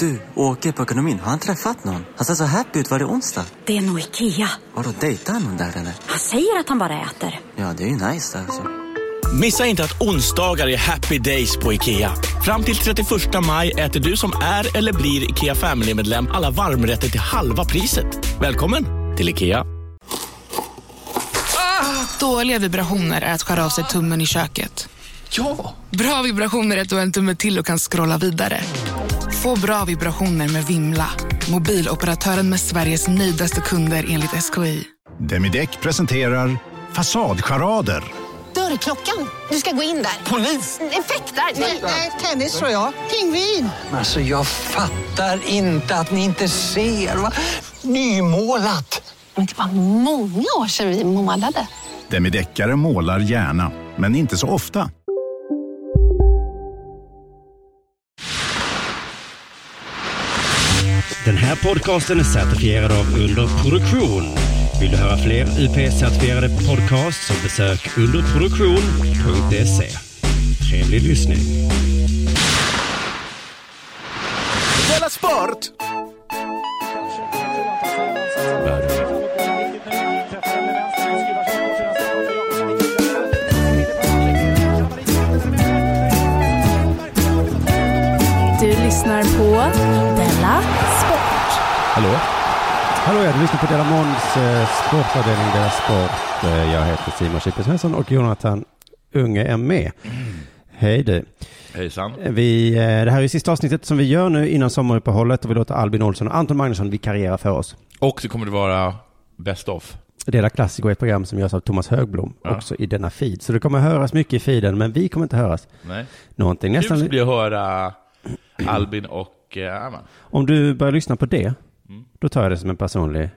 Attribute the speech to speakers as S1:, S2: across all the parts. S1: Du, åker på ekonomin. Har han träffat någon? Han ser så happy ut. Var det onsdag?
S2: Det är nog Ikea.
S1: Har du dejtat någon där eller?
S2: Han säger att han bara äter.
S1: Ja, det är ju nice alltså.
S3: Missa inte att onsdagar är happy days på IKEA. Fram till 31 maj äter du som är eller blir IKEA Family-medlem alla varmrätter till halva priset. Välkommen till IKEA.
S4: Dåliga vibrationer är att skära av sig tummen i köket.
S5: Ja!
S4: Bra vibrationer är att du har en tumme till och kan scrolla vidare. Få bra vibrationer med Vimla. Mobiloperatören med Sveriges nöjdaste kunder enligt SKI.
S6: Demideck presenterar Fasadcharader.
S7: Dörrklockan. Du ska gå in där.
S5: Polis!
S7: Effektar? Nej, tennis tror jag. Pingvin.
S5: Alltså jag fattar inte att ni inte ser. Va? Nymålat!
S7: Men det var många år sedan vi målade.
S6: Demideckare målar gärna, men inte så ofta.
S8: Den här podcasten är certifierad av Underproduktion. Vill du höra fler UP-certifierade podcasts så besök underproduktion.se. Trevlig lyssning.
S3: Della Sport!
S9: Du lyssnar på Della Sport.
S10: Hallå? Hallå ja, du lyssnar på Della Måns eh, sportavdelning Della Sport. Eh, jag heter Simon Chippen Svensson och Jonathan Unge är med. Hej du.
S11: Mm. Hejsan.
S10: Vi, eh, det här är ju sista avsnittet som vi gör nu innan sommaruppehållet och vi låter Albin Olsson och Anton Magnusson vikariera för oss.
S11: Och så kommer det vara Best of.
S10: Dela Klassiker är ett program som görs av Thomas Högblom
S11: Ja.
S10: också i denna feed. Så det kommer höras mycket i feeden men vi kommer inte höras
S11: Nej.
S10: någonting.
S11: Kul ska
S10: Nästan,
S11: bli att höra Albin och eh, Arman.
S10: om du börjar lyssna på det,
S11: Mm.
S10: då tar jag det som en personlig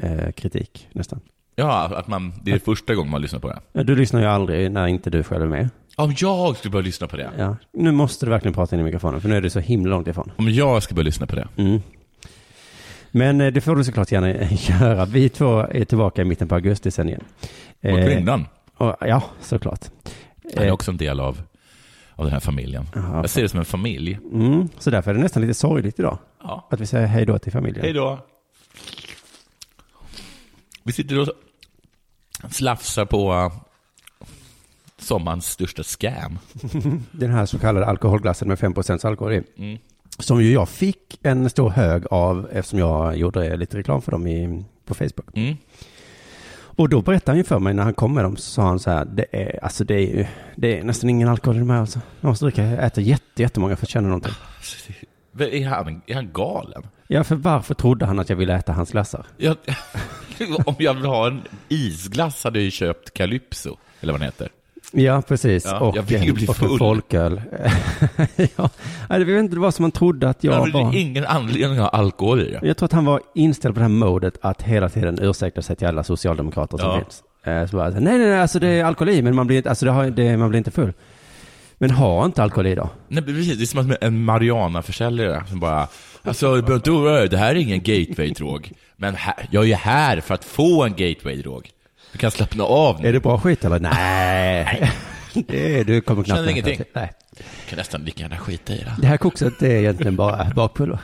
S10: eh, kritik nästan.
S11: Ja, att man, det är första gången man lyssnar på det.
S10: Ja, Du lyssnar ju aldrig när inte du själv är med.
S11: Om jag skulle börja lyssna på det.
S10: Ja, nu måste du verkligen prata in i mikrofonen för nu är du så himla långt ifrån.
S11: Om jag ska börja lyssna på det.
S10: Men eh, det får du såklart gärna eh, göra. Vi två är tillbaka i mitten på augusti sen igen.
S11: Och
S10: Eh,
S11: kvinnan.
S10: och- Ja, såklart.
S11: Han är
S10: eh.
S11: också en del av, av den här familjen. Jag ser det som en familj.
S10: Mm, så därför är det nästan lite sorgligt idag.
S11: Ja.
S10: Att vi säger hej då till familjen.
S11: Hej då. Vi sitter och slafsar på sommarens största scam.
S10: Den här så kallade alkoholglassen med 5% alkohol i. Som ju jag fick en stor hög av eftersom jag gjorde lite reklam för dem i, på Facebook.
S11: Mm.
S10: Och då berättade han ju för mig när han kom med dem så sa han så här, det är, alltså det är, ju- det är nästan ingen alkohol i de här alltså. Man måste dricka, äta jätte, jättemånga för att känna någonting.
S11: Är han, är han galen?
S10: Ja, för varför trodde han att jag ville äta hans glassar?
S11: Jag, om jag vill ha en isglass hade jag ju köpt Calypso, eller vad den heter.
S10: Ja, precis.
S11: Ja,
S10: och
S11: jag vill ju bli
S10: och
S11: full.
S10: folköl. ja, nej, det var inte det var som man trodde att jag
S11: Jag har
S10: var.
S11: ingen anledning att ha alkohol i det.
S10: Jag tror att han var inställd på det här modet att hela tiden ursäkta sig till alla socialdemokrater som
S11: Ja.
S10: finns. Eh, Så bara, nej, nej, nej, alltså det är alkohol i, men man blir inte, alltså det har, det, man blir inte full. Men har inte alkohol i då?
S11: Nej, men precis. Det är som att en Mariana-försäljare som bara Alltså, du behöver inte oroa dig. Det här är ingen gateway-drog. Men här, jag är ju här för att få en gateway-drog. Du kan slappna av nu.
S10: Är det bra skit eller? Nej. det, du kommer knappt...
S11: Känner ingenting.
S10: Nej.
S11: Du kan nästan lika gärna skita i det.
S10: Det här kokset det är egentligen bara bakpulver.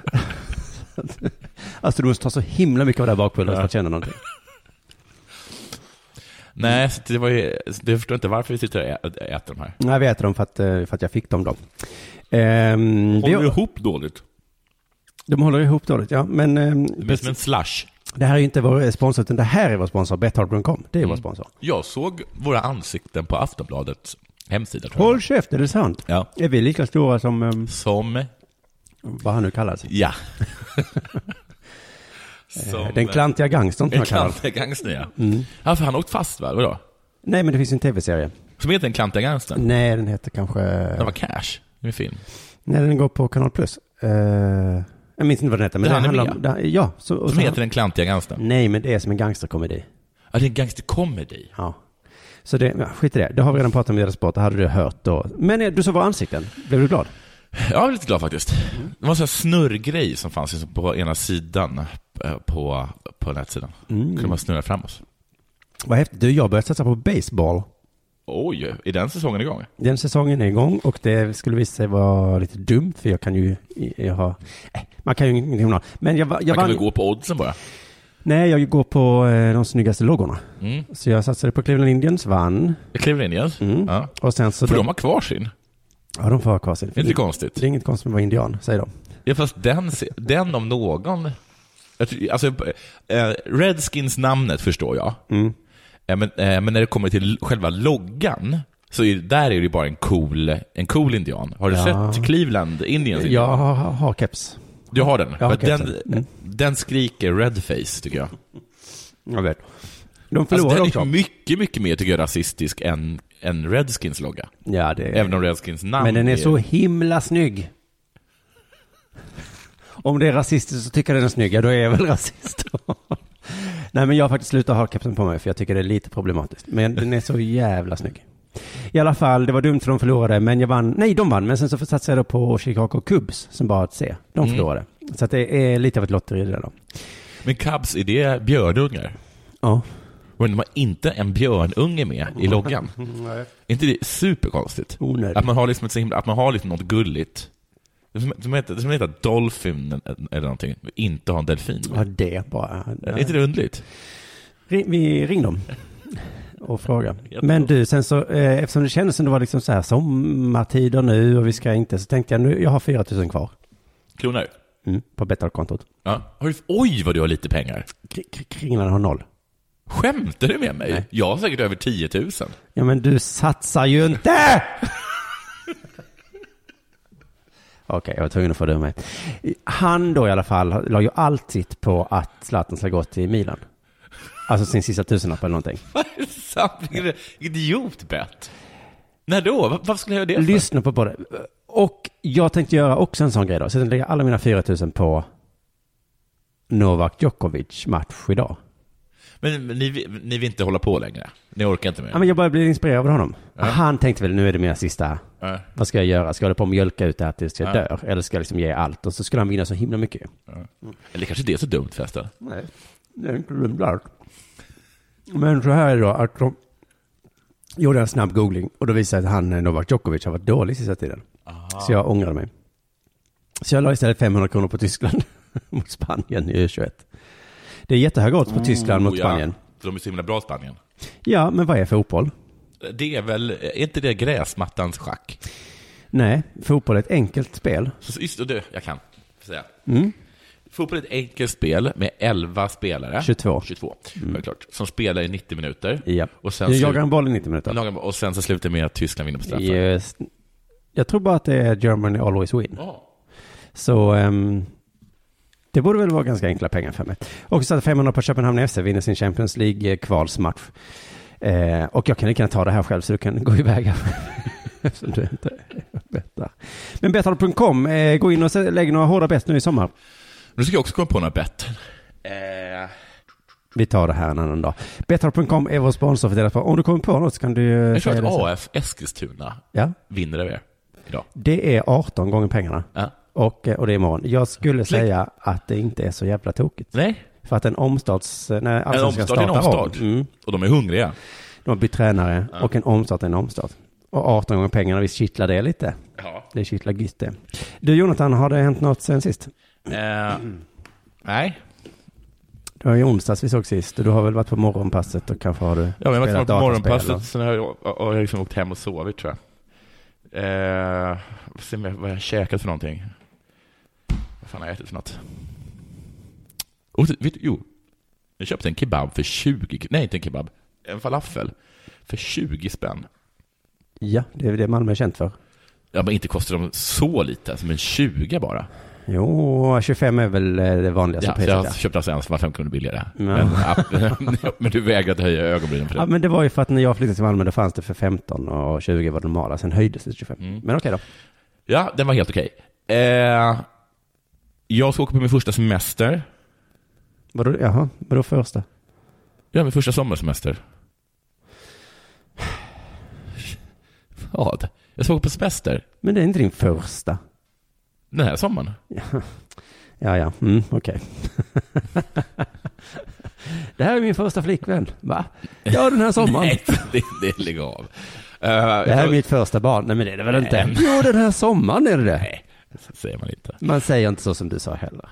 S10: alltså du måste ta så himla mycket av det här bakpulvret för att känna någonting.
S11: Nej, så det var ju, så jag förstår inte varför vi sitter och ä- äter de här.
S10: Nej, vi äter dem för att, eh, för att jag fick dem då. Ehm,
S11: Håller
S10: vi,
S11: ihop dåligt.
S10: de håller ihop dåligt, ja. Men ehm,
S11: Det blir som en slush.
S10: det här är ju inte vår sponsor, utan det här är vår sponsor, Betthard.com. Det är
S11: Mm.
S10: vår sponsor.
S11: Jag såg våra ansikten på Aftonbladets hemsida. Tror jag.
S10: Håll käft, är det sant?
S11: Ja.
S10: Är vi lika stora som, ehm,
S11: Som
S10: vad han nu kallar sig?
S11: Ja. Som
S10: Den klantiga gangstern som
S11: Den
S10: jag kallar honom.
S11: klantiga Mm. gangstern, ja. ja. för han har åkt fast, va? Vadå?
S10: Nej, men det finns ju en tv-serie.
S11: Som heter Den klantiga gangstern?
S10: Nej, den heter kanske...
S11: Den var Cash, med film.
S10: Nej, den går på Kanal Plus. Eh, jag minns inte vad den heter, men
S11: Där
S10: den
S11: han är
S10: handlar
S11: med.
S10: om... där- Ja, så, och
S11: Som
S10: så-
S11: heter Den klantiga gangstern?
S10: Nej, men det är som en gangsterkomedi.
S11: Ja, det är en gangsterkomedi.
S10: Ja. Så det, ja, skit i det. Det har vi redan pratat om i Della Sport, det hade du hört då. Men eh, du såg våra ansikten, blev du glad?
S11: Jag var lite glad faktiskt. Mm. Det var en sån här snurrgrej som fanns liksom på ena sidan eh, på, Mm. på nätsidan. Kunde man snurra fram oss.
S10: Vad häftigt. Du, jag började satsa på baseball.
S11: Oj, är den säsongen igång?
S10: Den säsongen är igång och det skulle visa sig vara lite dumt för jag kan ju, jag har, eh, man kan ju ingenting om det. Men jag, va- jag
S11: Man kan
S10: vann,
S11: väl gå på oddsen bara?
S10: nej jag går på eh, de snyggaste loggorna.
S11: Mm.
S10: Så jag satsade på Cleveland Indians, vann.
S11: Jag kliver in igen.
S10: Mm.
S11: Ja.
S10: Och sen så
S11: För de har kvar sin.
S10: Ja, de får ha kvar sin.
S11: Det är inte konstigt.
S10: Det är inget konstigt med att vara indian, säger de.
S11: Ja, fast den, se- den om någon... Jag tror- Alltså, eh, Redskins-namnet förstår jag.
S10: Mm.
S11: Eh, Men, eh, men när det kommer till själva loggan, så är, där är det ju bara en cool, en cool indian. Har du
S10: Ja.
S11: sett Cleveland Indians?
S10: Jag
S11: indian?
S10: har, har keps.
S11: Du har den?
S10: Jag har
S11: För att den,
S10: kepsen. Mm.
S11: den skriker redface, tycker jag.
S10: Jag vet. De
S11: Alltså,
S10: förlorar
S11: den är
S10: också.
S11: mycket, mycket mer, tycker jag, rasistisk än, än Redskins logga.
S10: Ja, det
S11: Även om Redskins namn
S10: Men den är så himla snygg. Om det är rasistiskt så tycker jag den är snygg, ja, då är jag väl rasist. Nej, men jag har faktiskt slutat ha kepsen på mig för jag tycker det är lite problematiskt. Men den är så jävla snygg. I alla fall, det var dumt för de förlorade, men jag vann. Nej, de vann, men sen så satsade jag då på Chicago Cubs som bara att se. De
S11: Mm.
S10: förlorade. Så att det är lite av ett lotteri det där då.
S11: Men Cubs, är det björnungar?
S10: Ja.
S11: Men de har inte en björnunge med i loggan.
S10: Nej.
S11: Är inte det superkonstigt?
S10: Onödigt.
S11: Att man har liksom, ett så himla, att man har liksom något gulligt. Det som, som, heter, det som heter Dolphin eller någonting. Inte ha en delfin med.
S10: Ja, det bara.
S11: Är inte det underligt?
S10: Ring, vi ring dem och fråga.
S11: Jättebra.
S10: Men du, sen så, eh, eftersom det kändes som det var liksom så här sommartider nu och vi ska inte, så tänkte jag nu, jag har 4 000 kvar
S11: Kronor?
S10: mm. på Betterkontot.
S11: Ja. Har du, oj, vad du har lite pengar.
S10: K- k- Kringlan har noll.
S11: Skämtar du med mig?
S10: Nej.
S11: Jag har säkert över 10 000.
S10: Ja, men du satsar ju inte! Okej, jag var tvungen att få det ur mig. Han då i alla fall la ju allt sitt på att Zlatan ska gå till Milan. Alltså sin sista tusenlapp eller någonting.
S11: Vad är det sant? Vilket idiotbett. När då? Va- Varför skulle jag göra det för?
S10: Lyssna på både. Och jag tänkte göra också en sån grej då. Så jag tänkte lägga alla mina 4 000 på Novak Djokovic match idag.
S11: Men men ni, vill- ni vill inte hålla på längre? Ni orkar inte mer?
S10: Ja, men jag började bli inspirerad av honom. Han tänkte väl, nu är det mina sista.
S11: Ja.
S10: Vad ska jag göra? Ska jag hålla på och mjölka ut det här tills jag dör? Eller ska jag liksom ge allt? Och så skulle han vinna så himla mycket.
S11: Eller kanske det är så dumt förresten.
S10: Nej, det är inte dumt alls. Men så här är det då, att de gjorde en snabb googling och då visade det sig att han, eh, Novak Djokovic, har varit dålig sista tiden. Så jag ångrade mig. Så jag la istället 500 kronor på Tyskland mot Spanien i U21. Det är jättehöga odds på Tyskland mot
S11: Oh,
S10: Spanien.
S11: Ja. De är så himla bra Spanien.
S10: Ja, men vad är fotboll?
S11: Det är väl, är inte det gräsmattans schack?
S10: Nej, fotboll är ett enkelt spel.
S11: Så, just det, jag kan säga.
S10: Mm.
S11: Fotboll är ett enkelt spel med 11 spelare.
S10: 22.
S11: 22, självklart. Som spelar i 90 minuter.
S10: Mm. Ja.
S11: Och sen,
S10: Du
S11: slu-
S10: jagar en boll i 90 minuter.
S11: Jagar en boll. och sen så slutar det med att Tyskland vinner på straffar.
S10: Just. Jag tror bara att det är Germany always win.
S11: Ja.
S10: Så ehm, det borde väl vara ganska enkla pengar för mig. Och så att 500 på Köpenhamn FC vinner sin Champions League-kvalsmatch. Eh, och jag kan lika gärna ta det här själv så du kan gå iväg. Eftersom du inte bettar. Men betthard.com, eh, gå in och se- lägg några hårda bett nu i sommar.
S11: Nu ska jag också komma på några bett. Eh,
S10: Vi tar det här en annan dag. Betthard.com är vår sponsor för deras Om du kommer på något så kan du eh,
S11: jag tror
S10: säga det. sen.
S11: att AF Eskilstuna
S10: Ja,
S11: vinner över er idag.
S10: det är 18 gånger pengarna.
S11: Ja.
S10: Och, eh, och det är imorgon. Jag skulle säga att det inte är så jävla tokigt.
S11: Nej,
S10: För att en omstarts... eh, När
S11: en
S10: allsvenskan
S11: omstart är en
S10: startar om.
S11: omstart.
S10: Mm.
S11: Och de är hungriga.
S10: De har bytt tränare och en omstart är en omstart. Och 18 gånger pengarna, visst kittlar det lite?
S11: Ja.
S10: Det kittlar gött det. Du Jonathan, har det hänt något sen sist?
S11: Eh, nej,
S10: Det var ju onsdags vi såg sist. Du har väl varit på morgonpasset och kanske har du
S11: Ja, men jag var
S10: spelat
S11: på
S10: dataspel,
S11: morgonpasset,
S10: eller?
S11: sen har jag, har jag liksom åkt hem och sovit tror jag. Eh, får se om jag- vad jag har käkat för någonting. Vad fan har jag ätit för något? Och, så- vet, du- jo, jag köpte en kebab för 20, nej inte en kebab, en falafel för 20 spänn.
S10: Ja, det är det Malmö är känt för.
S11: Ja, men inte kostar de så lite, alltså, men 20 bara.
S10: Jo, 25 är väl eh, det vanligaste
S11: Ja, så
S10: priset.
S11: jag
S10: där.
S11: köpte alltså en som var 5 kronor billigare.
S10: Ja.
S11: Men, ja, men du vägrade höja ögonbrynen för det.
S10: Ja, men det var ju för att när jag flyttade till Malmö då fanns det för 15 och 20 var det normala. Sen höjdes det till 25.
S11: Mm.
S10: Men okej då.
S11: Ja, den var helt okej. Eh, jag ska åka på min första semester.
S10: Vadå, jaha, vadå första?
S11: Ja, min första sommarsemester. Vad? Jag ska åka på semester
S10: Men det är inte din första.
S11: den här sommaren.
S10: Ja, ja, mm, okej. det här är min första flickvän. Va? Ja, den här sommaren.
S11: Nej, det, det lägg av. Eh,
S10: Det här är mitt första barn. Nej men det är det väl inte? Jo, den här sommaren är det det. Nej,
S11: så säger man inte.
S10: Man säger inte så som du sa heller.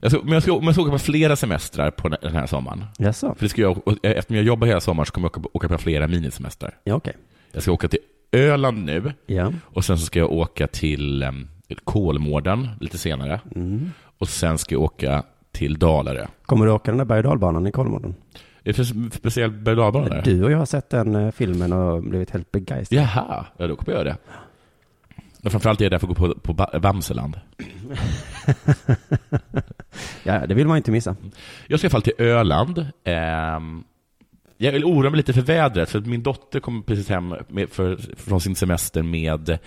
S11: Jag ska, men jag ska, men jag ska åka på flera semestrar på den här sommaren.
S10: Jaså?
S11: För det ska jag, och eh, eftersom jag jobbar hela sommaren så kommer jag åka på, åka på flera minisemestrar.
S10: Ja, okej.
S11: Jag ska åka till Öland nu
S10: Ja.
S11: och sen så ska jag åka till um, Kolmården lite senare.
S10: Mm.
S11: Och sen ska jag åka till Dalarö.
S10: Kommer du åka den där berg och dalbanan i Kolmården?
S11: Det finns en speciell berg och dalbana där.
S10: Du och jag har sett den eh, filmen och blivit helt begeistrade.
S11: Jaha, ja då kommer jag göra det. Men framförallt är jag där för att gå på, på Ba- Bamseland.
S10: Ja, det vill man inte missa.
S11: Jag ska i alla fall till Öland. Ehm, jag vill oroa mig lite för vädret, för att min dotter kom precis hem med, för, från sin semester med,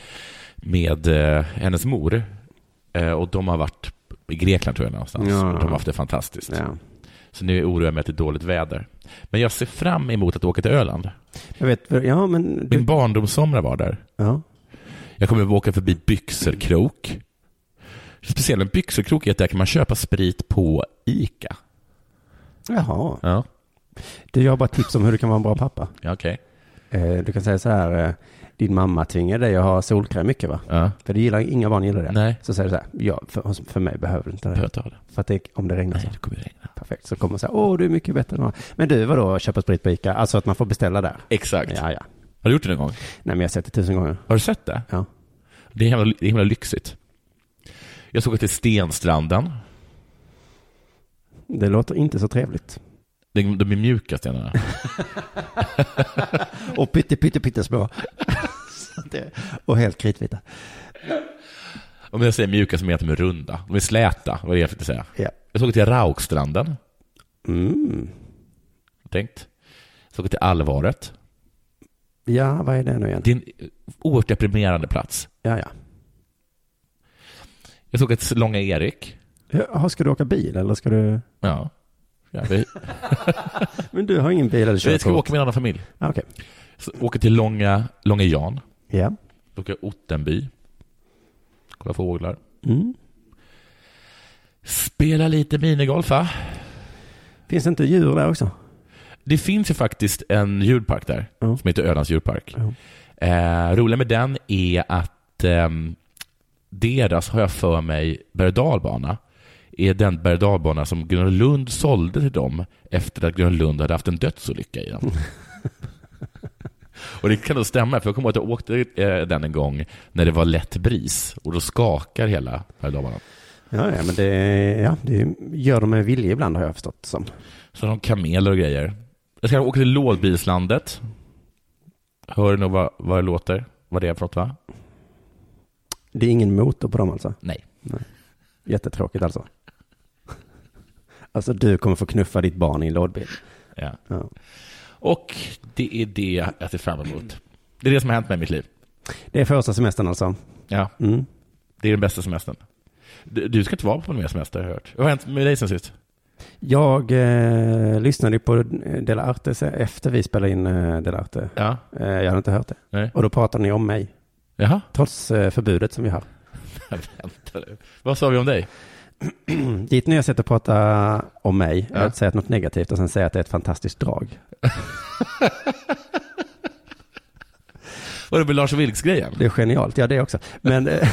S11: med eh, hennes mor. Eh, och de har varit i Grekland tror jag någonstans.
S10: Ja.
S11: Och de har haft det fantastiskt.
S10: Ja.
S11: Så nu oroar jag mig att det är dåligt väder. Men jag ser fram emot att åka till Öland.
S10: Jag vet, ja men... Du,
S11: Min barndomssommar var där.
S10: ja.
S11: Jag kommer att åka förbi Byxelkrok. Speciellt en byxelkrok är att där kan man köpa sprit på Ica.
S10: Jaha.
S11: Ja,
S10: Du, jag har bara tips om hur du kan vara en bra pappa.
S11: ja okej.
S10: Eh, Du kan säga så här, eh, din mamma tvingar dig att ha solkräm mycket va?
S11: Ja.
S10: För det gillar, inga barn gillar det.
S11: Nej.
S10: Så säger du så här, ja, för, för mig behöver du inte det.
S11: Behöver jag ta det?
S10: För att det, om det regnar
S11: Nej,
S10: så.
S11: det kommer regna.
S10: Perfekt. Så kommer så här, åh du är mycket bättre än jag. Men du, vadå, köpa sprit på Ica? Alltså att man får beställa där.
S11: Exakt.
S10: Ja, ja.
S11: Har du gjort det någon gång?
S10: Nej men jag har sett det tusen gånger.
S11: Har du sett det?
S10: Ja.
S11: Det är himla, det är himla lyxigt. Jag såg att det är stenstranden.
S10: Det låter inte så trevligt.
S11: De, de är mjuka stenarna.
S10: Och pytte, pytte, pyttesmå. Så det- och helt kritvita.
S11: Om jag säger mjuka så menar jag att de är runda. De är släta, vad är det jag försökte säga.
S10: Ja.
S11: Jag såg att det är Raukstranden.
S10: Mm.
S11: Tänkt. Jag såg att det är Alvaret.
S10: Ja, vad är det nu igen?
S11: Det är en oerhört deprimerande plats.
S10: Ja, ja.
S11: Jag såg att Långa Erik.
S10: Jaha, ska du åka bil eller ska du?
S11: Ja. ja vi,
S10: Men du har ingen bil eller körkort?
S11: vi ska åka med en annan familj.
S10: Ah, Okej.
S11: Så åker till Långa, Långa Jan.
S10: Ja.
S11: Då åker jag Ottenby. Kolla fåglar.
S10: Mm.
S11: Spela lite minigolf, va?
S10: Finns det inte djur där också?
S11: Det finns ju faktiskt en djurpark där
S10: Ja.
S11: som heter Ölands djurpark.
S10: Ja.
S11: Eh, roliga med den är att ehm, deras, har jag för mig, berg och dalbana är den berg och dalbana som Gröna Lund sålde till dem efter att Gröna Lund hade haft en dödsolycka i den. och det kan nog stämma, för jag kommer ihåg att jag åkte eh, den en gång när det var lätt bris och då skakar hela berg och dalbanan.
S10: Ja, ja men det, ja, det gör de med vilja ibland har jag förstått som.
S11: Så har de kameler och grejer. Jag ska åka till lådbilslandet. Hör du nog vad, vad det låter? Vad det är för något, va?
S10: Det är ingen motor på dem alltså?
S11: Nej.
S10: Jättetråkigt alltså. Alltså du kommer få knuffa ditt barn i en lådbil.
S11: Ja.
S10: Ja.
S11: Och det är det jag ser fram emot. Det är det som har hänt med mitt liv.
S10: Det är första semestern alltså.
S11: Ja,
S10: Mm.
S11: det är den bästa semestern. Du, du ska inte vara på någon mer semester, har jag hört. Vad har hänt med dig sen sist?
S10: Jag eh, lyssnade ju på Del Arte se- efter vi spelade in eh, Del Arte.
S11: Ja.
S10: Eh, jag hade inte hört det.
S11: Nej.
S10: Och då pratade ni om mig,
S11: Jaha?
S10: trots eh, förbudet som vi har.
S11: Vänta nu. Vad sa vi om dig?
S10: Ditt nya sätt att prata om mig är
S11: Ja.
S10: att säga något negativt och sen säga att det är ett fantastiskt drag.
S11: Var det med Lars Vilks-grejen?
S10: Det är genialt, ja det också. Men eh,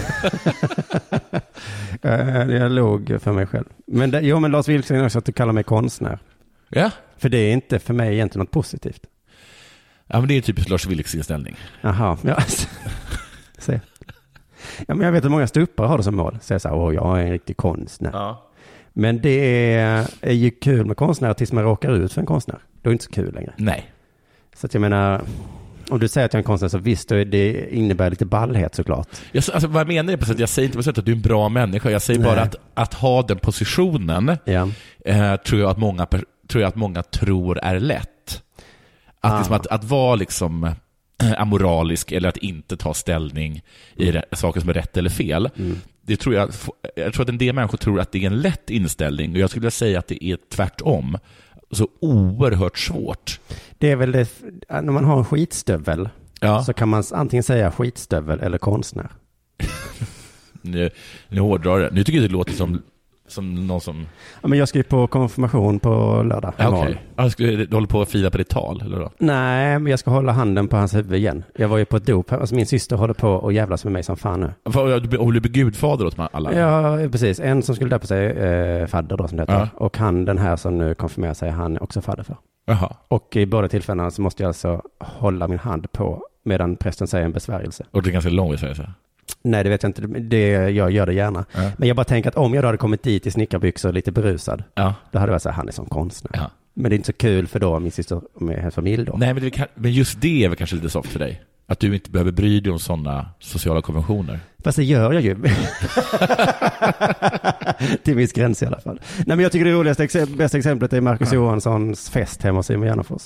S10: eh, jag låg för mig själv. Men det, jo, men Lars Vilks säger också att du kallar mig konstnär.
S11: Ja.
S10: För det är inte för mig egentligen något positivt.
S11: Ja, men det är typiskt Lars Vilks inställning.
S10: Jaha, ja. Se. Ja, men jag vet att många ståuppare har det som mål. Säger så här, åh, jag är en riktig konstnär.
S11: Ja.
S10: Men det är, är ju kul med konstnärer tills man råkar ut för en konstnär. Då är det inte så kul längre.
S11: Nej.
S10: Så att jag menar, om du säger att jag är en konstnär så visst, då är det innebär lite ballhet såklart.
S11: Jag, alltså, vad jag menar är på sätt, jag säger inte på sätt att du är en bra människa. Jag säger
S10: Nej.
S11: bara att, att ha den positionen
S10: Ja.
S11: eh, tror, jag att många, per- tror jag att många tror är lätt. Att,
S10: Ah.
S11: liksom, att, att vara liksom eh, amoralisk eller att inte ta ställning i re- saker som är rätt eller fel.
S10: Mm.
S11: Det tror jag, jag tror att en del människor tror att det är en lätt inställning och jag skulle vilja säga att det är tvärtom. Så oerhört svårt.
S10: Det är väl det, när man har en skitstövel
S11: Ja.
S10: så kan man antingen säga skitstövel eller konstnär.
S11: Nu, nu hårdrar jag det. Nu tycker jag det låter som Som någon som...
S10: Ja, men jag ska ju på konfirmation på lördag.
S11: Ja,
S10: Imorgon.
S11: Okej. Ja, du ska- Du håller på att fila på ditt tal, eller då?
S10: Nej, men jag ska hålla handen på hans huvud igen. Jag var ju på ett dop. Alltså min syster håller på och jävlas med mig som fan nu.
S11: Vad- Du blir- och du blir gudfader åt alla?
S10: Ja, precis. En som skulle döpa sig, eh, fadder då som det heter.
S11: Ja.
S10: Och han, den här som nu konfirmerar sig, han är också fadder för.
S11: Jaha.
S10: Och i båda tillfällena så måste jag alltså hålla min hand på medan prästen säger en besvärjelse.
S11: Och det är ganska lång besvärjelse?
S10: Nej, det vet jag inte. Det, jag gör det gärna.
S11: Ja.
S10: Men jag bara tänker att om jag då hade kommit dit i snickarbyxor och lite berusad,
S11: Ja.
S10: då hade jag varit så här, han är som konstnär.
S11: Ja.
S10: Men det är inte så kul för då min syster med hennes familj då.
S11: Nej, men, det kan, men just det är väl kanske lite soft för dig? Att du inte behöver bry dig om sådana sociala konventioner?
S10: Fast det gör jag ju. Till viss gräns i alla fall. Nej, men jag tycker det roligaste, exe- bästa exemplet är Marcus Johanssons fest hemma hos Simon Gärdenfors.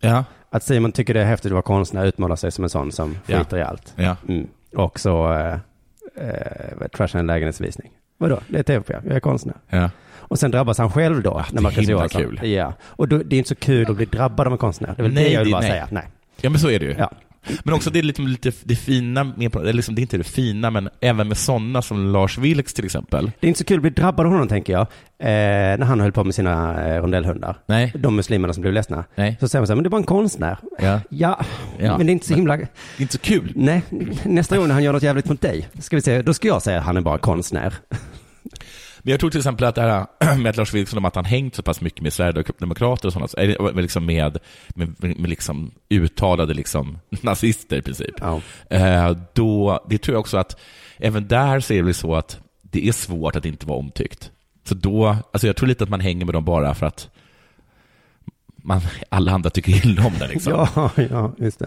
S11: Ja.
S10: Att Simon tycker det är häftigt att vara konstnär, utmåla sig som en sån som
S11: Ja.
S10: skiter i allt.
S11: Ja.
S10: Mm. Och så eh, eh, trashar en lägenhetsvisning. Vadå? Det är tv-program, jag är konstnär.
S11: Ja.
S10: Och sen drabbas han själv då, när Marcus
S11: himla
S10: Johansson.
S11: kul.
S10: Ja, och då, det är inte så kul att bli drabbad av en konstnär. Det är väl det jag vill bara säga. Nej.
S11: Ja, men så är det ju.
S10: Ja.
S11: Men också det är lite, lite det fina, med, eller liksom, det är inte det fina, men även med sådana som Lars Vilks till exempel.
S10: Det är inte så kul att bli drabbad av honom, tänker jag, eh, när han höll på med sina eh, rondellhundar.
S11: Nej.
S10: De muslimerna som blev ledsna.
S11: Nej.
S10: Så säger man så här, men det var en konstnär.
S11: Ja.
S10: Ja,
S11: Ja,
S10: men det är inte så himla...
S11: Det är inte så kul.
S10: Nej, nästa gång när han gör något jävligt mot dig, ska vi se, då ska jag säga att han är bara konstnär.
S11: Men jag tror till exempel att det här med att Lars Vilksson, om att han hängt så pass mycket med Sverigedemokrater och sådana, eller med liksom med, med, med liksom uttalade liksom nazister i princip.
S10: Ja.
S11: Eh, Då, det tror jag också att, även där så är det väl så att det är svårt att inte vara omtyckt. Så då, alltså jag tror lite att man hänger med dem bara för att man, alla andra tycker illa om det liksom.
S10: Ja, ja, just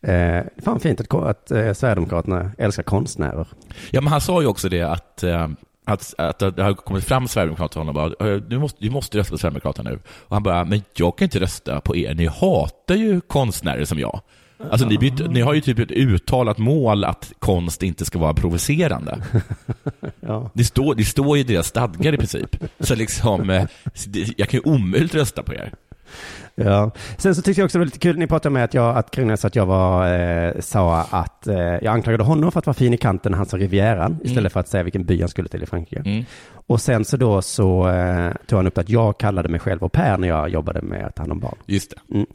S10: det. Eh, fan fint att, ko- att eh, Sverigedemokraterna älskar konstnärer.
S11: Ja, men han sa ju också det att, eh, att, att det har kommit fram Sverigedemokrater till honom och bara, "Eh, du måste, du måste rösta på Sverigedemokraterna nu. Och han bara, men jag kan inte rösta på er, ni hatar ju konstnärer som jag. Alltså ni, byt, ni har ju typ ett uttalat mål att konst inte ska vara provocerande.
S10: Ja.
S11: Det står, det står ju i deras stadgar i princip. Så liksom, eh, det- jag kan ju omöjligt rösta på er.
S10: Ja. Sen så tyckte jag också det var lite kul, ni pratade med att jag, att Kringnes, att jag var, eh, sa att eh, jag anklagade honom för att vara fin i kanten när han sa Rivieran,
S11: Mm.
S10: istället för att säga vilken by han skulle till i Frankrike. Och sen så då så eh, tog han upp att jag kallade mig själv au pair när jag jobbade med att ta hand om barn.
S11: Just det.
S10: Mm.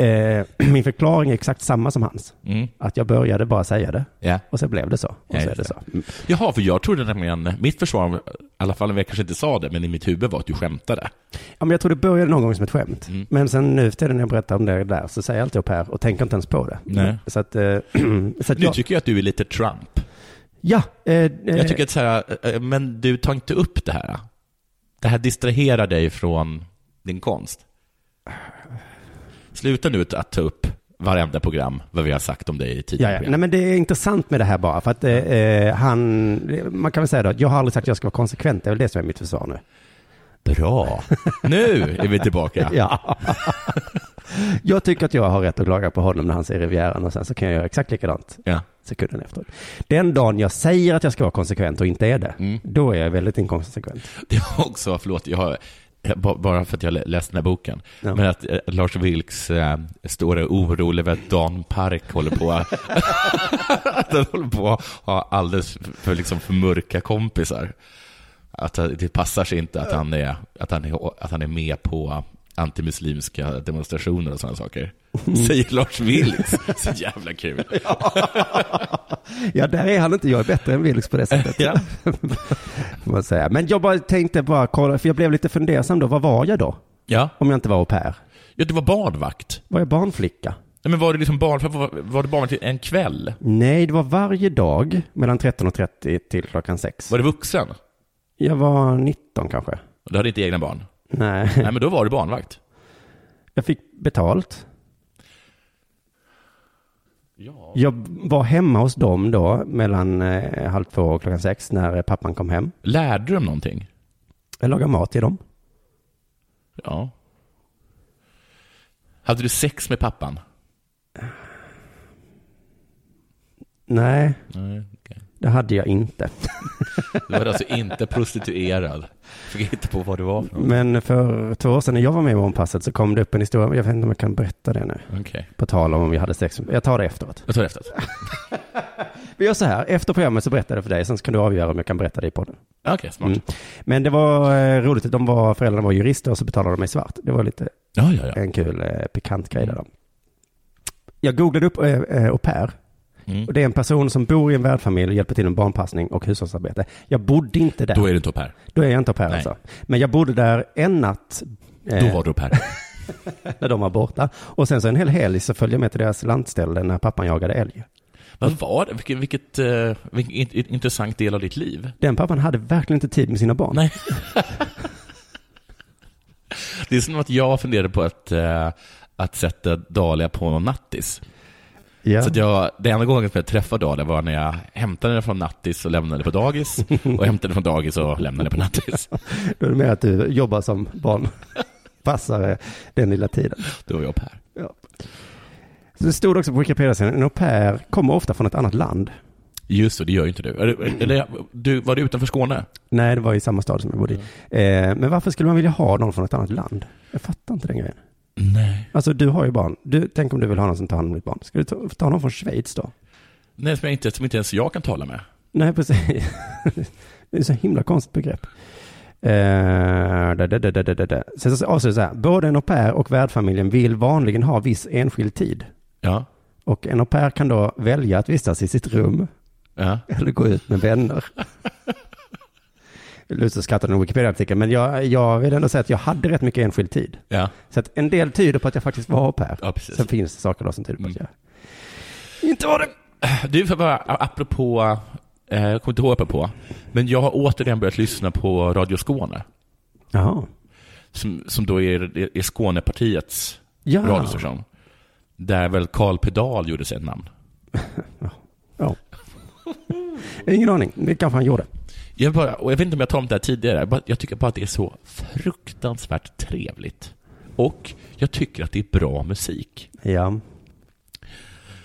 S10: Eh, min förklaring är exakt samma som hans.
S11: Mm.
S10: Att jag började bara säga det.
S11: Ja.
S10: Och så blev det så. Och
S11: Ja,
S10: så är
S11: just
S10: det så. Mm.
S11: Jaha, för jag trodde nämligen, mitt försvar, i alla fall om jag kanske inte sa det, men i mitt huvud var att du skämtade.
S10: Ja, men jag tror det började någon gång som ett skämt.
S11: Mm.
S10: Men sen nu för tiden när jag berättar om det där så säger jag alltid au pair och tänker inte ens på det.
S11: Nej.
S10: Så att, eh, så att
S11: Nu
S10: jag,
S11: tycker jag att du är lite Trump.
S10: ja, eh, eh,
S11: Jag tycker att så här, eh, eh, men du tar inte upp det här. Det här distraherar dig från din konst. Sluta nu att ta upp varenda program, vad vi har sagt om dig i
S10: Ja,
S11: tidigare
S10: ja. Nej,
S11: program.
S10: men det är intressant med det här bara, för att eh, eh, han, man kan väl säga då, jag har aldrig sagt att jag ska vara konsekvent, det är väl det som är mitt försvar nu.
S11: Bra! Nu är vi tillbaka.
S10: Ja. jag tycker att jag har rätt att klaga på honom när han säger Rivieran och sen så kan jag göra exakt likadant
S11: Ja.
S10: sekunden efter. Den dagen jag säger att jag ska vara konsekvent och inte är det,
S11: Mm.
S10: då är jag väldigt inkonsekvent.
S11: Det var också, förlåt, jag har, jag- ba- bara för att jag lä- läste den här boken,
S10: Ja.
S11: men att eh, Lars Vilks eh, står och är orolig över att Dan Park håller på att han håller på att ha alldeles för, liksom, för mörka kompisar. Att han- det passar sig inte att han är, att han är, att han är med på antimuslimska demonstrationer och sådana saker. Säger Lars Vilks. Så jävla kul.
S10: Ja, där är han inte, jag är bättre än Vilks på det sättet.
S11: Ja.
S10: Får man säga. Men jag bara tänkte bara kolla, för jag blev lite fundersam då, vad var jag då?
S11: Ja.
S10: Om jag inte var au pair.
S11: ja, du var barnvakt.
S10: Var jag barnflicka?
S11: Nej, men var du liksom barn, var, var du barnvakt en kväll?
S10: Nej, det var varje dag mellan 13.30 till klockan 6.
S11: Var du vuxen?
S10: Jag var 19 kanske.
S11: Du hade inte egna barn?
S10: Nej,
S11: Nej, men då var du barnvakt.
S10: jag fick betalt.
S11: Ja.
S10: Jag var hemma hos dem då mellan eh, halv två och klockan sex när eh, pappan kom hem.
S11: Lärde du dem någonting?
S10: Jag lagade mat till dem.
S11: Ja. Hade du sex med pappan?
S10: Nej,
S11: Nej, okej.
S10: det hade jag inte.
S11: Du var alltså inte prostituerad. Fick inte på vad du var för någon.
S10: Men för två år sedan när jag var med i Morgonpasset så kom det upp en historia, jag vet inte om jag kan berätta det nu.
S11: Okej.
S10: På tal om om vi hade sex. Jag tar det efteråt.
S11: Jag tar det efteråt.
S10: Vi gör så här, efter programmet så berättar jag det för dig, sen så kan du avgöra om jag kan berätta det i podden. Mm.
S11: Okej, smart.
S10: Men det var eh, roligt, de var, föräldrarna var jurister och så betalade de mig svart. Det var lite
S11: Ja, ja, Mm. ja.
S10: en kul eh, pikant grej där. då. Jag googlade upp eh, eh, au pair.
S11: Mm.
S10: Och det är en person som bor i en värdfamilj och hjälper till med barnpassning och hushållsarbete. Jag bodde inte där.
S11: Då är det inte au pair.
S10: Då är jag inte au pair
S11: Nej.
S10: alltså. Men jag bodde där en natt. eh,
S11: Då var du au pair.
S10: när de var borta. Och sen så en hel helg så följde jag med till deras lantställe när pappan jagade älg.
S11: Vad var det? Vilket, vilket, eh, vilken in- in- intressant del av ditt liv.
S10: Den pappan hade verkligen inte tid med sina barn.
S11: Nej. Det är som att jag funderade på att, eh, att sätta Dahlia på någon nattis.
S10: Ja.
S11: Så att jag, det enda gången som jag träffade Dahlia var när jag hämtade henne från nattis och lämnade på dagis. Och hämtade från dagis och lämnade på nattis.
S10: Då är det mer att du jobbar som barnpassare den lilla tiden.
S11: Då var jag Per.
S10: Ja. Så det stod också på Wikipedia-sidan, en au pair kommer ofta från ett annat land.
S11: Just det, det gör ju inte du. Eller, eller, du var du utanför Skåne?
S10: Nej, det var i samma stad som jag bodde i. Eh, men varför skulle man vilja ha någon från ett annat land? Jag fattar inte den grejen.
S11: Nej.
S10: Alltså, du har ju barn. Du, tänk om du vill ha någon som tar hand om ditt barn. Ska du ta, ta någon från Schweiz då?
S11: Nej, som, jag inte, som inte ens jag kan tala med.
S10: Nej, precis. Det är så himla konstigt begrepp. Eh, da, da, da, da, da, da, da. Sen så avslutar det så här. Både en au pair och värdfamiljen vill vanligen ha viss enskild tid.
S11: Ja.
S10: Och en au pair kan då välja att vistas i sitt rum
S11: ja.
S10: eller gå ut med vänner. Luther skrattade en Wikipedia-artikel, men jag, jag vill ändå säga att jag hade rätt mycket enskild tid.
S11: Ja.
S10: Så att en del tyder på att jag faktiskt var au pair.
S11: Ja, precis. Mm.
S10: Sen finns det saker då som tyder på att jag inte var det.
S11: Du, för bara, apropå, eh, jag kommer inte ihåg apropå, men jag har återigen börjat lyssna på Radio Skåne,
S10: Jaha.
S11: som, som då är, är Skånepartiets
S10: Ja.
S11: radiostation, där väl Karl Pedal gjorde sig ett namn.
S10: Ja. Ingen aning, det kanske han gjorde.
S11: Jag, bara, och jag vet inte om jag talat om det här tidigare, jag bara- jag tycker bara att det är så fruktansvärt trevligt. Och jag tycker att det är bra musik.
S10: Ja.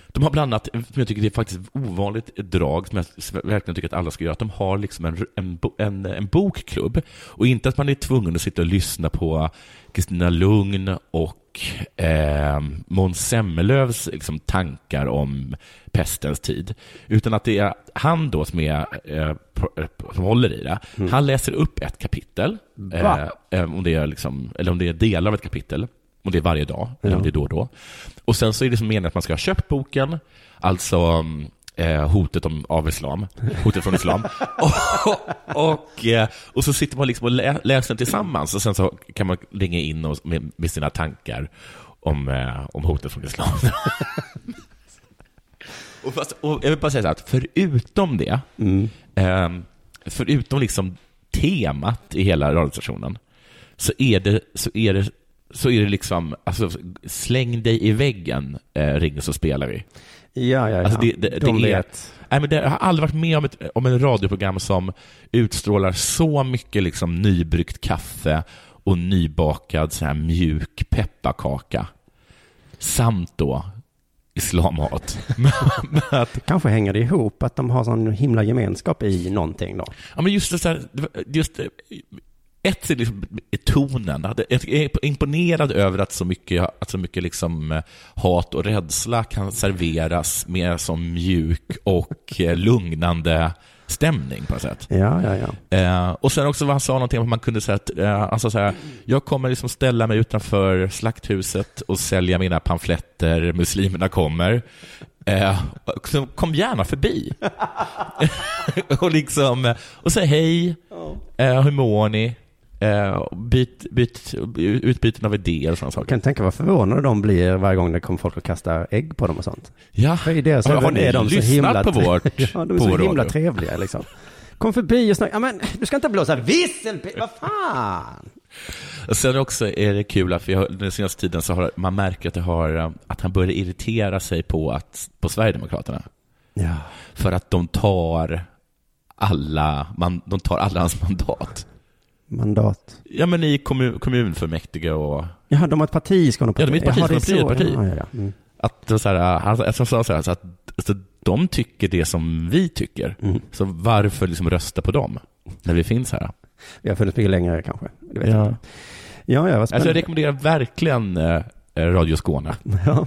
S11: De har bland annat, som jag tycker det är faktiskt ovanligt drag, som jag s- verkligen tycker att alla ska göra, att de har liksom en, r- en, bo- en, en bokklubb. Och inte att man är tvungen att sitta och lyssna på Kristina Lugn och eh, Måns Zelmerlöws liksom, tankar om pestens tid. Utan att det är han då som, är, eh, pro- eh, som håller i det, han läser upp ett kapitel, eh,
S10: Va?
S11: eh, om det är liksom, eller om det är delar av ett kapitel, om det är varje dag, eller om det är då och då. Och sen så är det som meningen att man ska ha köpt boken, alltså mm, eh, hotet om, av islam, hotet från islam. och, och, eh, och så sitter man liksom och lä, läser den tillsammans och sen så kan man ringa in och, med, med sina tankar om, eh, om hotet från islam. och, fast, och jag vill bara säga så här, att förutom det, ehm, förutom liksom temat i hela radiostationen, så är det, så är det, så är det liksom, alltså, släng dig i väggen, eh, ring så spelar vi.
S10: Ja, ja, ja.
S11: Alltså det, det,
S10: De
S11: det är,
S10: vet.
S11: nej, men det, jag har aldrig varit med om ett, om ett radioprogram som utstrålar så mycket liksom nybryggt kaffe och nybakad så här mjuk pepparkaka. Samt då islamhat. Men- men att-
S10: Kanske hänger det ihop att de har sån himla gemenskap i någonting då.
S11: ja, men just det, så här, det var- just det, ett är liksom är tonen. Att Jag är imponerad över att så mycket, att så mycket liksom eh, hat och rädsla kan serveras med som mjuk och eh, lugnande stämning på något sätt.
S10: Ja, ja, ja.
S11: Eh, och sen också vad han sa någonting om att man kunde säga att eh, han sa så här, jag kommer liksom ställa mig utanför slakthuset och sälja mina pamfletter, muslimerna kommer. Eh, och så kom gärna förbi. och liksom, eh, och säg hej, eh, hur mår ni? Eh, och byt, byt, utbyten av idéer och sådana saker.
S10: Kan tänka vad förvånade de blir varje gång det kommer folk och kastar ägg på dem och sånt.
S11: Ja.
S10: För i deras
S11: Har- har
S10: ögon
S11: ni
S10: är de så
S11: lyssnat
S10: himla,
S11: på vårt
S10: ja, de är
S11: på
S10: så
S11: vår
S10: himla
S11: radio?
S10: trevliga liksom. Kom förbi och snacka, ja men du ska inte blåsa visselpipa, vad fan!
S11: Och Sen också är det kul att vi har, den senaste tiden så har man märker att, det har, eh, att han börjar irritera sig på, att, på Sverigedemokraterna.
S10: Ja,
S11: För att de tar alla, man, de tar alla hans mandat.
S10: mandat.
S11: Ja men i kommun, kommunfullmäktige och
S10: Ja, de har ett parti, Skånepartiet.
S11: Ja, de är ett parti,
S10: Jaha, det
S11: Skånepartiet
S10: så.
S11: är ett parti.
S10: Ja, ja, ja. Mm.
S11: att, det så här, äh, han han sa så här, så att så de tycker det som vi tycker. Så varför liksom rösta på dem? När vi finns här. Alltså,
S10: Vi har funnits mycket längre kanske, det vet jag
S11: Ja.
S10: inte. Ja, ja, vad
S11: Alltså jag
S10: spännande.
S11: rekommenderar verkligen eh, Radio eh, Skåne.
S10: Ja.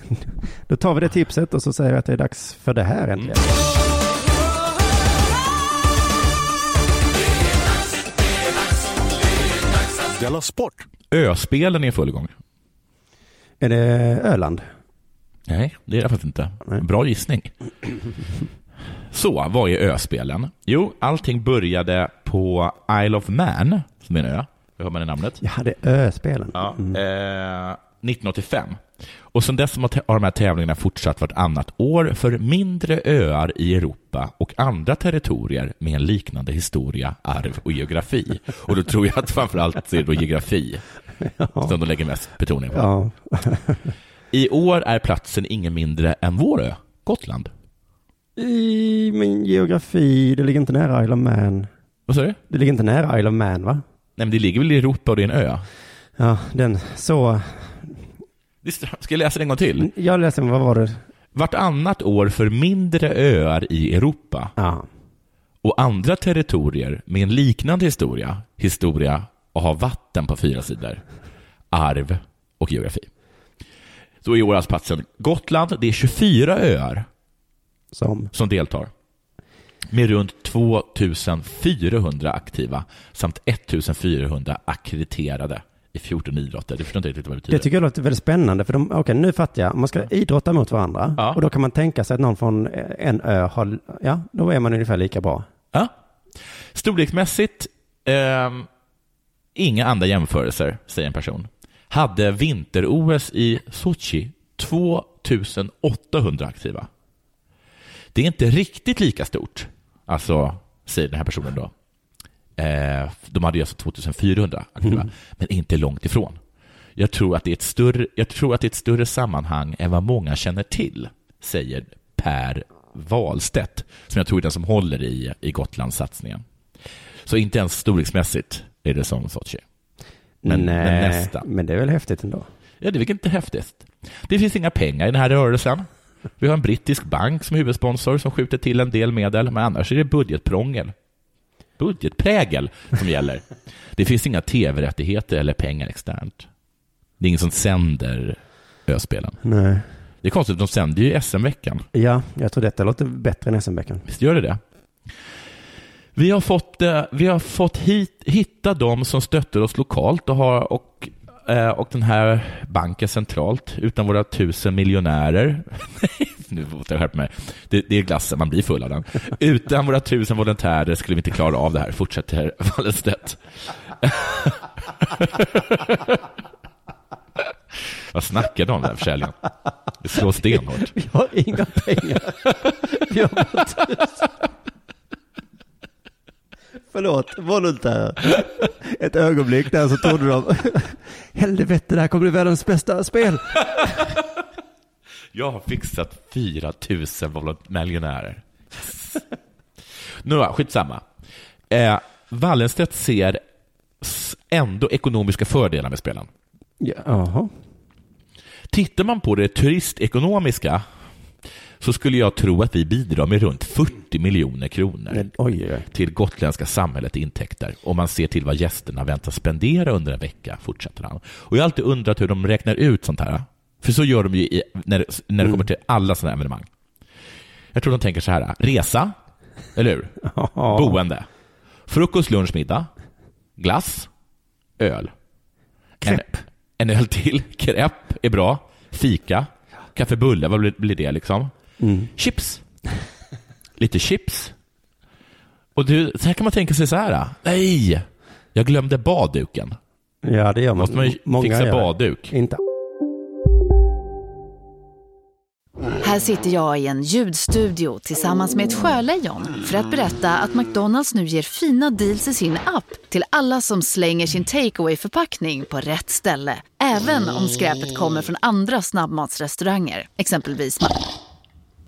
S10: Då tar vi det tipset och så säger vi att det är dags för det här äntligen.
S11: Mm. Della Sport. Öspelen är i full gång.
S10: Är det Öland?
S11: Nej, det är det faktiskt inte. Bra gissning. Så, vad är öspelen? Jo, allting började på Isle of Man, som är en ö. Det hör man i namnet.
S10: Ja, det är öspelen.
S11: Ja, eh, 1985. Och sedan dess har har de här tävlingarna fortsatt vartannat år för mindre öar i Europa och andra territorier med en liknande historia, arv och geografi. Och då tror jag att framförallt är det då geografi som de lägger mest betoning på.
S10: Ja.
S11: I år är platsen ingen mindre än vår ö, Gotland.
S10: I min geografi, det ligger inte nära Isle of Man.
S11: Vad sa du?
S10: Det ligger inte nära Isle of Man, va?
S11: Nej, men det ligger väl i Europa och det är en ö?
S10: Ja, den. Så,
S11: Det st- Ska jag läsa det en gång till?
S10: jag läste, vad var det?
S11: Vartannat år för mindre öar i Europa
S10: Ja.
S11: och andra territorier med en liknande historia, historia och ha vatten på fyra sidor, arv och geografi. Så i år är alltså platsen Gotland, det är 24 öar
S10: Som?
S11: som deltar med runt 2400 aktiva samt 1400 akkrediterade i 14 idrotter. Det förstår inte riktigt vad det betyder.
S10: Det tycker jag låter väldigt spännande, för de, okej, nu fattar jag. Man ska idrotta mot varandra
S11: Ja.
S10: och då kan man tänka sig att någon från en ö har, ja, då är man ungefär lika bra.
S11: Ja. Storleksmässigt, ehm, inga andra jämförelser, säger en person. Hade vinter-OS i Sochi 2800 aktiva. Det är inte riktigt lika stort, alltså, säger den här personen då. Eh, de hade ju alltså 2400 aktiva, men inte långt ifrån. Jag tror, att det är ett större, jag tror att det är ett större sammanhang än vad många känner till, säger Per Wahlstedt, som jag tror är den som håller i, i Gotlandssatsningen. Så inte ens storleksmässigt är det som Sochi. Men- men nästan.
S10: men det är väl häftigt ändå.
S11: Ja, det är väl inte häftigt. Det finns inga pengar i den här rörelsen. Vi har en brittisk bank som huvudsponsor som skjuter till en del medel, men annars är det budgetprångel. Budgetprägel som gäller. Det finns inga tv-rättigheter eller pengar externt. Det är ingen som sänder öspelen.
S10: Nej.
S11: Det är konstigt, de sänder ju SM-veckan.
S10: Ja, jag tror detta låter bättre än SM-veckan.
S11: Visst gör det det? Vi har fått, eh, vi har fått hit, hitta de som stöttar oss lokalt och, har, och, eh, och den här banken centralt utan våra tusen miljonärer. Nej, nu måste jag skärpa mig. Det, det är glassen, man blir full av den. Utan våra tusen volontärer skulle vi inte klara av det här, fortsätter Wallenstedt. Vad snackar de om den här försäljningen? Det slår stenhårt.
S10: Vi har inga pengar. Vi har bara tusen. Förlåt, volontärer. Ett ögonblick där så trodde de, helvete det här kommer bli världens bästa spel.
S11: Jag har fixat 4 000 miljonärer. Nu va, skitsamma. Eh, Wallenstedt ser s- ändå ekonomiska fördelar med spelen.
S10: Jaha.
S11: Tittar man på det turistekonomiska så skulle jag tro att vi bidrar med runt 40 miljoner kronor
S10: Men, oj, oj.
S11: till gotländska samhället i intäkter om man ser till vad gästerna väntas spendera under en vecka, fortsätter han. Och jag har alltid undrat hur de räknar ut sånt här. För så gör de ju i, när, det- när
S10: Mm.
S11: det kommer till alla sådana här evenemang. Jag tror de tänker så här, resa, eller hur?
S10: Ja.
S11: Boende. Frukost, lunch, middag. Glass. Öl.
S10: Crepe.
S11: En, en öl till. Crepe är bra. Fika. Kaffebullar, vad blir, blir det liksom?
S10: Mm.
S11: Chips. Lite chips. Och du, så här kan man tänka sig så här. Nej, jag glömde badduken.
S10: Ja, det gör man.
S11: Måste man ju
S10: Många
S11: fixa
S10: gör det.
S11: badduk?
S10: Inte.
S12: Här sitter jag i en ljudstudio tillsammans med ett sjölejon för att berätta att McDonalds nu ger fina deals i sin app till alla som slänger sin takeaway förpackning på rätt ställe. Även om skräpet kommer från andra snabbmatsrestauranger, exempelvis Ma-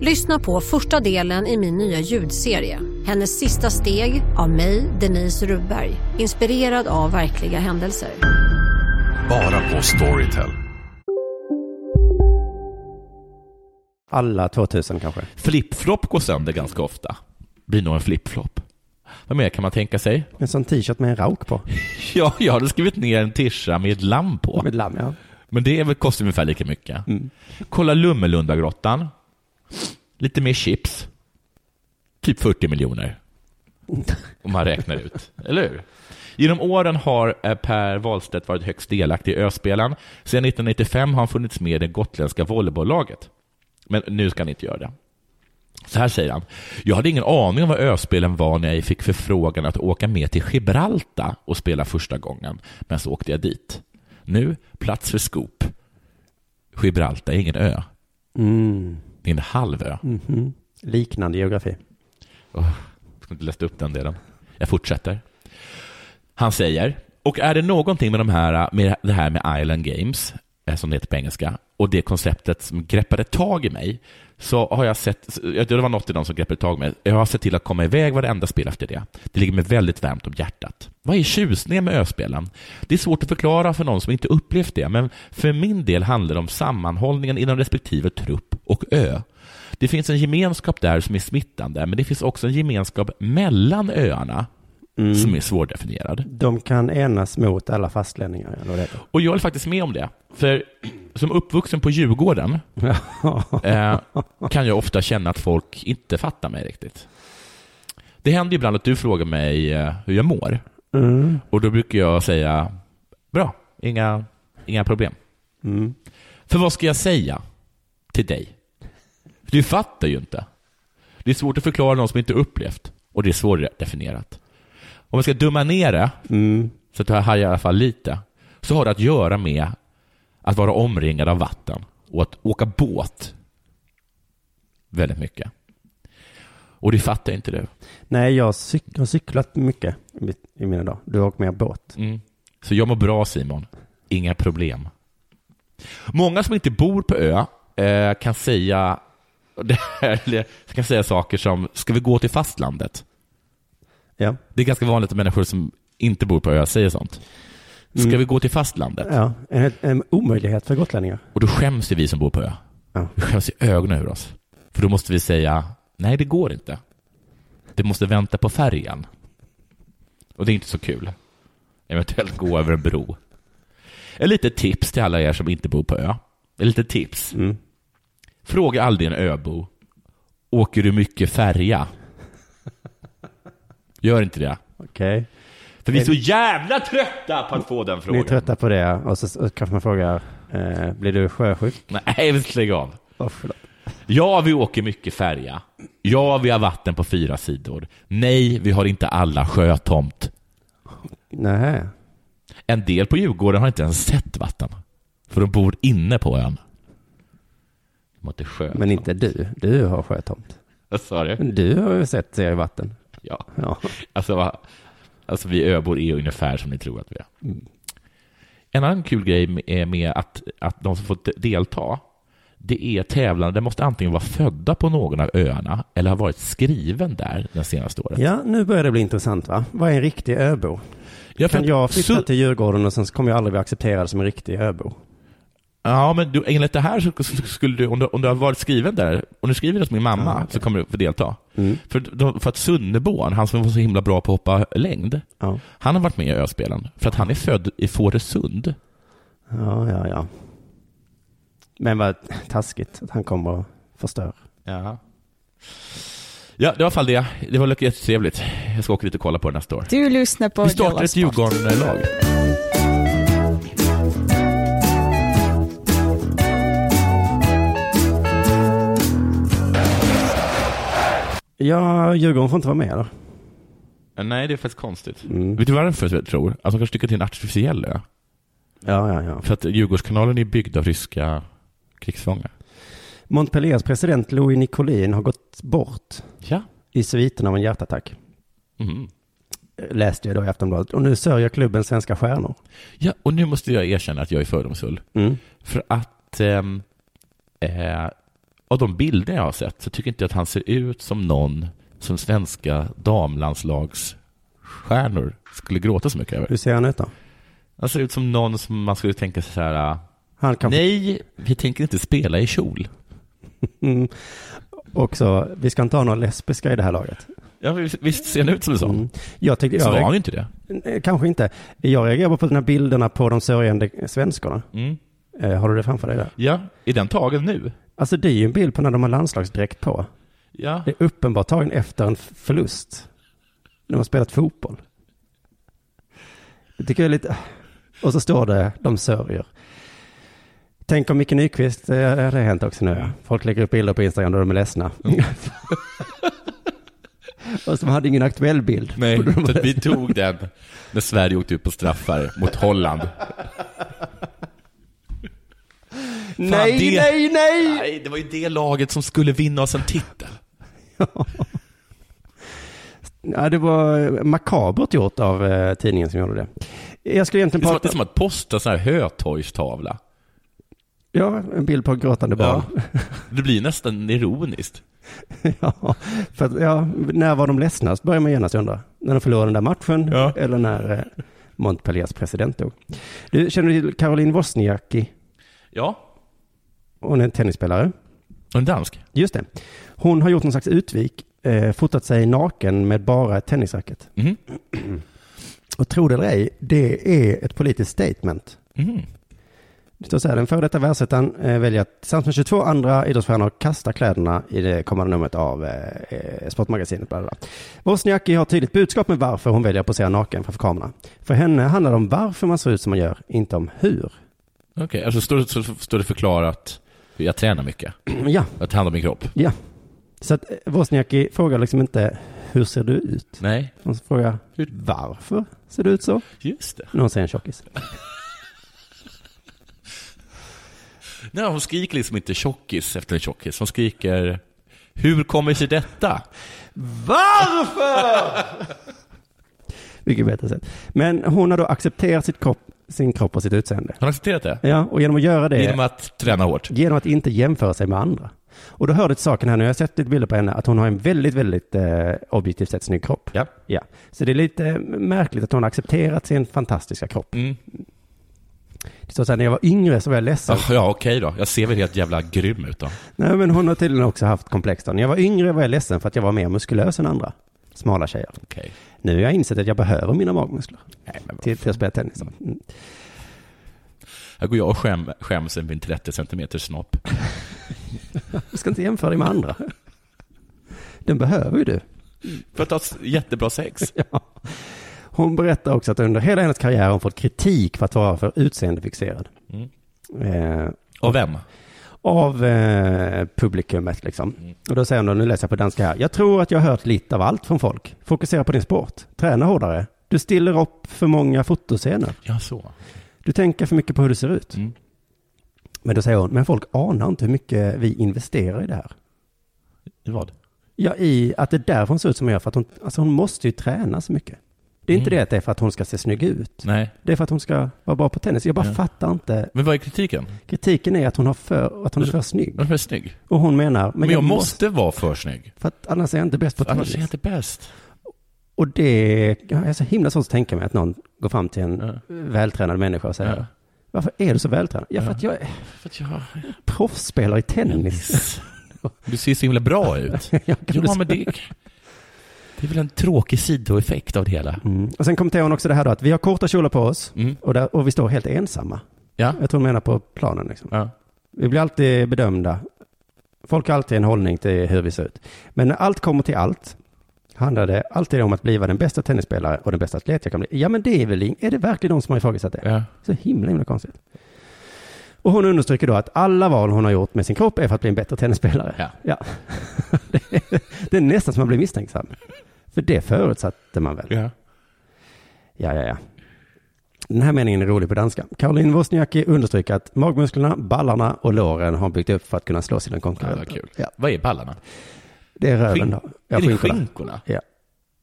S13: Lyssna på första delen i min nya ljudserie. Hennes sista steg av mig, Denise Rubberg. Inspirerad av verkliga händelser.
S14: Bara på Storytel.
S10: Alla 2000 kanske?
S11: Flipflop går sönder ganska ofta. Blir nog en flipflop. Vad mer kan man tänka sig?
S10: En sån t-shirt med en rauk på.
S11: Ja, jag hade skrivit ner en tischa med ett lamm på.
S10: Med ett lamm, ja.
S11: Men det är väl- kostar ungefär lika mycket. Kolla Lummelundagrottan. Lite mer chips. Typ 40 miljoner. Om man räknar ut, eller hur? Genom åren har eh, Per Wahlstedt varit högst delaktig i Öspelaren. Sedan 1995 har han funnits med i det gotländska volleybollaget. Men nu ska han inte göra det. Så här säger han. Jag hade ingen aning om vad öspelen var när jag fick förfrågan att åka med till Gibraltar och spela första gången. Men så åkte jag dit. Nu, plats för skop. Gibraltar är ingen ö. Det är en halv ö.
S10: Mhm. Liknande geografi.
S11: Oh, jag ska inte läsa upp den delen. Jag fortsätter. Han säger, och är det någonting med, de här, med det här med Island Games, eh, som det heter på engelska, och det konceptet som greppade tag i mig, så har jag sett, så- jag tror det var något i dem som greppade tag i mig, jag har sett till att komma iväg varenda spel efter det. Det ligger mig väldigt varmt om hjärtat. Vad är tjusningen med öspelen? Det är svårt att förklara för någon som inte upplevt det, men för min del handlar det om sammanhållningen inom respektive trupp och ö. Det finns en gemenskap där som är smittande, men det finns också en gemenskap mellan öarna som är svårdefinierad.
S10: De kan enas mot alla fastlänningar. Eller vad det heter.
S11: Och jag är faktiskt med om det. För som uppvuxen på Djurgården eh, kan jag ofta känna att folk inte fattar mig riktigt. Det händer ju ibland att du frågar mig eh, hur jag mår.
S10: Mm.
S11: Och då brukar jag säga bra, inga, inga problem. För vad ska jag säga till dig? För Du fattar ju inte. Det är svårt att förklara någon som inte upplevt och det är svårdefinierat. Om jag ska dumma ner det, så att jag hajar i alla fall lite, så har det att göra med att vara omringad av vatten och att åka båt väldigt mycket. Och det fattar inte du.
S10: Nej, jag cyk- har cyklat mycket i mitt- i mina dagar. Du har åkt med båt.
S11: Mm. Så jag mår bra Simon. Inga problem. Många som inte bor på ö eh, kan säga det här- eller kan säga saker som “ska vi gå till fastlandet?”
S10: Ja.
S11: Det är ganska vanligt att människor som inte bor på ö säger sånt. “Ska
S10: Mm.
S11: vi gå till fastlandet?”
S10: Ja, en, en omöjlighet för gotlänningar.
S11: Och då skäms ju vi som bor på ö. Vi skäms i ögonen ur oss. För då måste vi säga “nej, det går inte. Det måste vänta på färjan.” Och det är inte så kul. Eventuellt gå över en bro. Ett litet tips till alla er som inte bor på ö. Ett litet tips. Fråga aldrig en öbo. Åker du mycket färja? Gör inte det.
S10: Okej.
S11: För vi är så jävla trötta på att få den
S10: Ni är
S11: frågan.
S10: trötta på det och så och kanske man frågar, eh, blir du sjösjuk?
S11: Nej, men lägg av. Ja, vi åker mycket färja. Ja, vi har vatten på fyra sidor. Nej, vi har inte alla sjötomt.
S10: Nej.
S11: En del på Djurgården har inte ens sett vatten, för de bor inne på ön. De har inte sjö.
S10: Men inte du. Du har sjötomt.
S11: Vad sa du?
S10: Du har ju sett sig i vatten.
S11: Ja.
S10: Ja.
S11: Alltså, va- alltså, vi öbor är ungefär som ni tror att vi är. En annan kul grej med- är med att, att de som får de- delta, det är tävlande. De måste antingen vara födda på någon av öarna eller ha varit skriven där det senaste året.
S10: Ja, nu börjar det bli intressant va? Vad är en riktig öbo?
S11: Ja, för
S10: kan
S11: att-
S10: jag flytta
S11: så-
S10: till Djurgården och sen så kommer jag aldrig bli accepterad som en riktig öbo?
S11: Ja, men du, enligt det här så sk- skulle du, om du, om du har varit skriven där, om du skriver det som min mamma, så kommer du få delta. För, de- för att Sunneborn, han som var så himla bra på att hoppa längd, han har varit med i Öspelen, för att han är född i Fårösund.
S10: Ja, ja, ja. Men vad taskigt att han kommer och förstör.
S11: Ja. Ja, det var i alla fall det. Det var jättetrevligt. Jag ska åka dit och kolla på det nästa år.
S15: Du lyssnar på
S11: Vi startar
S15: Della
S11: ett Djurgården-lag.
S10: Ja, Djurgården får inte vara med då.
S11: Nej, det är faktiskt konstigt. Mm. Vet du varför jag tror? Att de kanske tycker att det är en artificiell ö.
S10: Ja, ja, ja.
S11: För att Djurgårdskanalen är byggd av ryska krigsfångar.
S10: Montpelliers president Louis Nicolin har gått bort
S11: ja.
S10: i sviten av en hjärtattack.
S11: Mhm.
S10: Läste jag då i Aftonbladet. Och nu sörjer klubben svenska stjärnor.
S11: Ja, och nu måste jag erkänna att jag är fördomsfull. För att ehm, eh, av de bilder jag har sett så tycker inte jag att han ser ut som någon som svenska damlandslagsstjärnor skulle gråta så mycket över.
S10: Hur ser han ut då?
S11: Han ser ut som någon som man skulle tänka sig så här, "Ah,
S10: Han kan
S11: nej, vi tänker inte spela i kjol.
S10: Mm. Också, vi ska inte ha några lesbiska i det här laget.
S11: Ja, visst, visst ser han ut som en
S10: Mm.
S11: sån?
S10: Jag tänkte,
S11: så
S10: jag,
S11: var han ju inte det.
S10: Nej, Eh, Kanske inte. Jag reagerar bara på de här bilderna på de sörjande svenskorna.
S11: Mm.
S10: Eh, har du det framför dig där?
S11: Ja, är den tagen nu?
S10: Alltså det är ju en bild på när de har landslagsdräkt på.
S11: Ja.
S10: Det är uppenbart tagen efter en f- förlust. När de har spelat fotboll. Det tycker jag är lite... Och så står det, de sörjer. Tänk om Micke Nyqvist, eh, det har hänt också nu. Folk lägger upp bilder på Instagram där de är ledsna.
S11: Mm.
S10: och som hade ingen aktuell bild.
S11: Nej,
S10: Och de
S11: så
S10: var
S11: att vi
S10: ledsna.
S11: tog den när Sverige åkte ut på straffar mot Holland. Fan,
S10: Nej,
S11: det-
S10: nej, nej!
S11: Nej, det var ju det laget som skulle vinna oss en titel.
S10: Ja, det var eh, makabert gjort av eh, tidningen som gjorde det. Jag skulle
S11: Det är
S10: egentligen
S11: som att, det är
S10: prata...
S11: som att posta en sån här Hötorgstavla.
S10: Ja, en bild på ett gråtande barn.
S11: Det blir nästan ironiskt.
S10: Ja, för att, ja, när var de ledsnast, börjar man genast undra. När de förlorade den där matchen eller när eh, Montpelliers president dog. Du, känner du till Caroline Wozniacki?
S11: Ja,
S10: Hon är en tennisspelare.
S11: en dansk.
S10: Just det. Hon har gjort någon slags utvik, eh, fotat sig naken med bara ett tennisracket.
S11: Mhm.
S10: Och tro det eller ej, det är ett politiskt statement.
S11: Mm.
S10: Det står så här, den före detta världsettan eh, väljer att tillsammans med 22 andra idrottsstjärnor kasta kläderna i det kommande numret av eh, eh, Sportmagasinet. Bla, bla, bla. Wozniacki har ett tydligt budskap med varför hon väljer att posera naken framför kameran. För henne handlar det om varför man ser ut som man gör, inte om hur.
S11: Okej, alltså står, det- så- så står det förklarat hur jag tränar mycket.
S10: Ja,
S11: Jag tar hand om min kropp.
S10: ja. Så att eh, Wozniacki frågar liksom inte hur ser du ut?
S11: Nej,
S10: Hon frågar
S11: Hur-
S10: varför ser du ut så?
S11: just det.
S10: Någon säger en tjockis.
S11: Nej, hon skriker liksom inte tjockis efter en tjockis. Hon skriker hur kommer sig detta?
S10: Varför? Vilket bättre sätt. Men hon har då accepterat sitt kropp, sin kropp och sitt utseende.
S11: Har du accepterat det?
S10: Ja, och genom att göra det,
S11: Genom att träna hårt?
S10: genom att inte jämföra sig med andra. Och då hör du till saken här nu, jag har sett lite bilder på henne, att hon har en väldigt, väldigt eh, objektivt sett snygg kropp.
S11: Ja.
S10: ja. Så det är lite eh, märkligt att hon har accepterat sin fantastiska kropp.
S11: Mm.
S10: Det står så här, när jag var yngre så var jag ledsen.
S11: Ja, ja okej då. Jag ser väl helt jävla grym ut då.
S10: Nej, men hon har tydligen också haft komplex då. När jag var yngre var jag ledsen för att jag var mer muskulös än andra smala tjejer.
S11: Okej.
S10: Nu har jag insett att jag behöver mina magmuskler
S11: Nej, men vad
S10: till, till att spela tennis. då. Mm.
S11: Här går jag och skäm, skäms över min 30 centimeter snopp.
S10: Du ska inte jämföra dig med andra. Den behöver ju du.
S11: För att ha s- jättebra sex.
S10: Ja. Hon berättar också att under hela hennes karriär har hon fått kritik för att vara för utseendefixerad.
S11: Mm.
S10: Eh,
S11: Av vem?
S10: av eh, publikumet liksom.
S11: Mm.
S10: Och då säger hon, då, nu läser jag på danska här. Jag tror att jag har hört lite av allt från folk. Fokusera på din sport. Träna hårdare. Du stiller upp för många fotoscener.
S11: Ja, så.
S10: Du tänker för mycket på hur du ser ut.
S11: Mm.
S10: Men då säger hon, men folk anar inte hur mycket vi investerar i det här.
S11: I vad?
S10: Ja, i att det är därför hon ser ut som hon gör. För att hon, alltså hon måste ju träna så mycket. Det är inte
S11: Mm.
S10: det att det är för att hon ska se snygg ut.
S11: Nej.
S10: Det är för att hon ska vara bra på tennis. Jag bara
S11: Ja.
S10: fattar inte.
S11: Men vad är kritiken?
S10: Kritiken är att hon, har för, att hon är för snygg.
S11: Varför är jag snygg?
S10: Och hon menar, men,
S11: Men jag måste vara för snygg.
S10: För att annars är jag inte bäst på
S11: Annars
S10: tennis.
S11: är jag inte bäst.
S10: Och det jag är så himla svårt att tänka mig att någon går fram till en
S11: Ja.
S10: vältränad människa och säger,
S11: Ja.
S10: varför är du så vältränad? Ja, för
S11: Ja.
S10: att jag är
S11: För att jag...
S10: proffsspelare i tennis.
S11: Du ser så himla bra ut.
S10: Ja, kan du
S11: Ja, men det... Det är väl en tråkig sidoeffekt av det hela.
S10: Mm. Och sen kommenterar hon också det här då, att vi har korta kjolar på oss
S11: Mm.
S10: och, där, och vi står helt ensamma.
S11: Ja.
S10: Jag tror hon menar på planen. Liksom.
S11: Ja.
S10: Vi blir alltid bedömda. Folk har alltid en hållning till hur vi ser ut. Men när allt kommer till allt handlar det alltid om att bli den bästa tennisspelare och den bästa atlet jag kan bli. Ja, men det är väl ing- är det verkligen de som har ifrågasatt det?
S11: Ja.
S10: Så himla, himla konstigt. Och hon understryker då att alla val hon har gjort med sin kropp är för att bli en bättre tennisspelare.
S11: Ja.
S10: det, är, det är nästan som man blir misstänksam. För det förutsatte man väl?
S11: Ja.
S10: Ja, ja, ja. Den här meningen är rolig på danska. Caroline Wozniacki understryker att magmusklerna, ballarna och låren har hon byggt upp för att kunna slå sina
S11: Ja,
S10: konkurrenter.
S11: vad kul. Vad är ballarna?
S10: Det är röven
S11: Skink-
S10: då.
S11: är det
S10: skinkorna.
S11: skinkorna?
S10: Ja.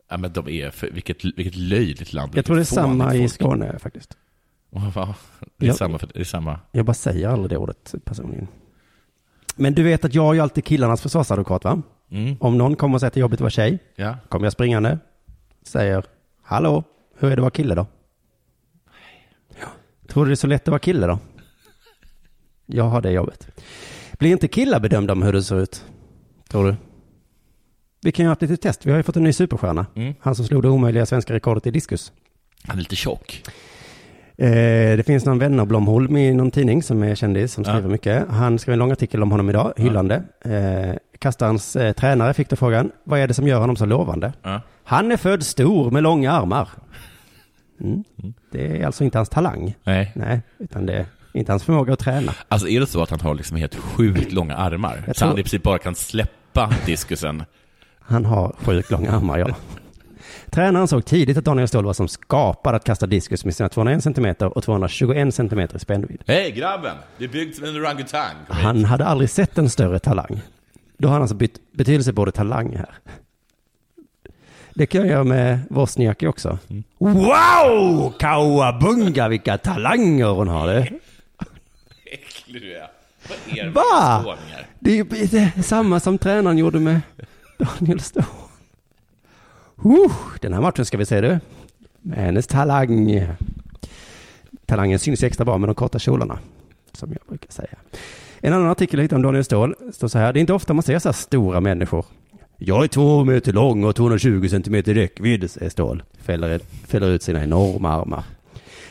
S11: Ja, men de är för, vilket, vilket löjligt land.
S10: Jag tror det är
S11: Vilket
S10: samma i
S11: fånigt folk.
S10: Skåne faktiskt.
S11: Ja, va? Det är
S10: Ja.
S11: samma. För, det är samma.
S10: Jag bara säger aldrig det ordet personligen. Men du vet att jag är ju alltid killarnas försvarsadvokat va?
S11: Mm.
S10: Om någon kommer och säger att det är jobbigt att vara tjej,
S11: Ja.
S10: kommer jag springande, säger hallå, hur är det att vara kille då? Ja. Tror du det är så lätt att vara kille då? Jag har det jobbet. Blir inte killar bedömda om hur du ser ut? Tror du? Vi kan göra ett litet test. Vi har ju fått en ny superstjärna.
S11: Mm.
S10: Han som slog det omöjliga svenska rekordet i diskus.
S11: Han är lite tjock.
S10: Eh, det finns någon vän av Blomholm i någon tidning som är kändis som skriver mycket. Han skrev en lång artikel om honom idag, hyllande. Eh, Kastarens eh, tränare fick då frågan, vad är det som gör honom så lovande?
S11: Ja.
S10: Han är född stor med långa armar. Mm. Det är alltså inte hans talang.
S11: Nej.
S10: Nej, utan det är inte hans förmåga att träna.
S11: Alltså är det så att han har liksom helt sjukt långa armar?
S10: Jag
S11: Så
S10: tror-
S11: han i princip bara kan släppa diskusen?
S10: Han har sjukt långa armar, ja. Tränaren såg tidigt att Daniel Ståhl var som skapad att kasta diskus med sina 201 cm och 221 cm i spännvidd.
S11: Hej grabben, du är byggd som en orangutang.
S10: Han hade aldrig sett en större talang. Då har han alltså bytt betydelse på ordet talang här. Det kan jag göra med Wozniacki också. Mm. Wow, Kawabunga, vilka talanger hon har. Det.
S11: Äcklig du är. Vad är det med
S10: Va?
S11: skåningar?
S10: Det är ju det är samma som tränaren gjorde med Daniel Ståhl. Uh, den här matchen ska vi se du. Med hennes talang. Talangen syns ju extra bra med de korta kjolarna. Som jag brukar säga. En annan artikel jag hittade om Daniel Ståhl står så här. Det är inte ofta man ser så här stora människor. Jag är två meter lång och 220 centimeter räckvidd, säger Ståhl. Fäller, fäller ut sina enorma armar.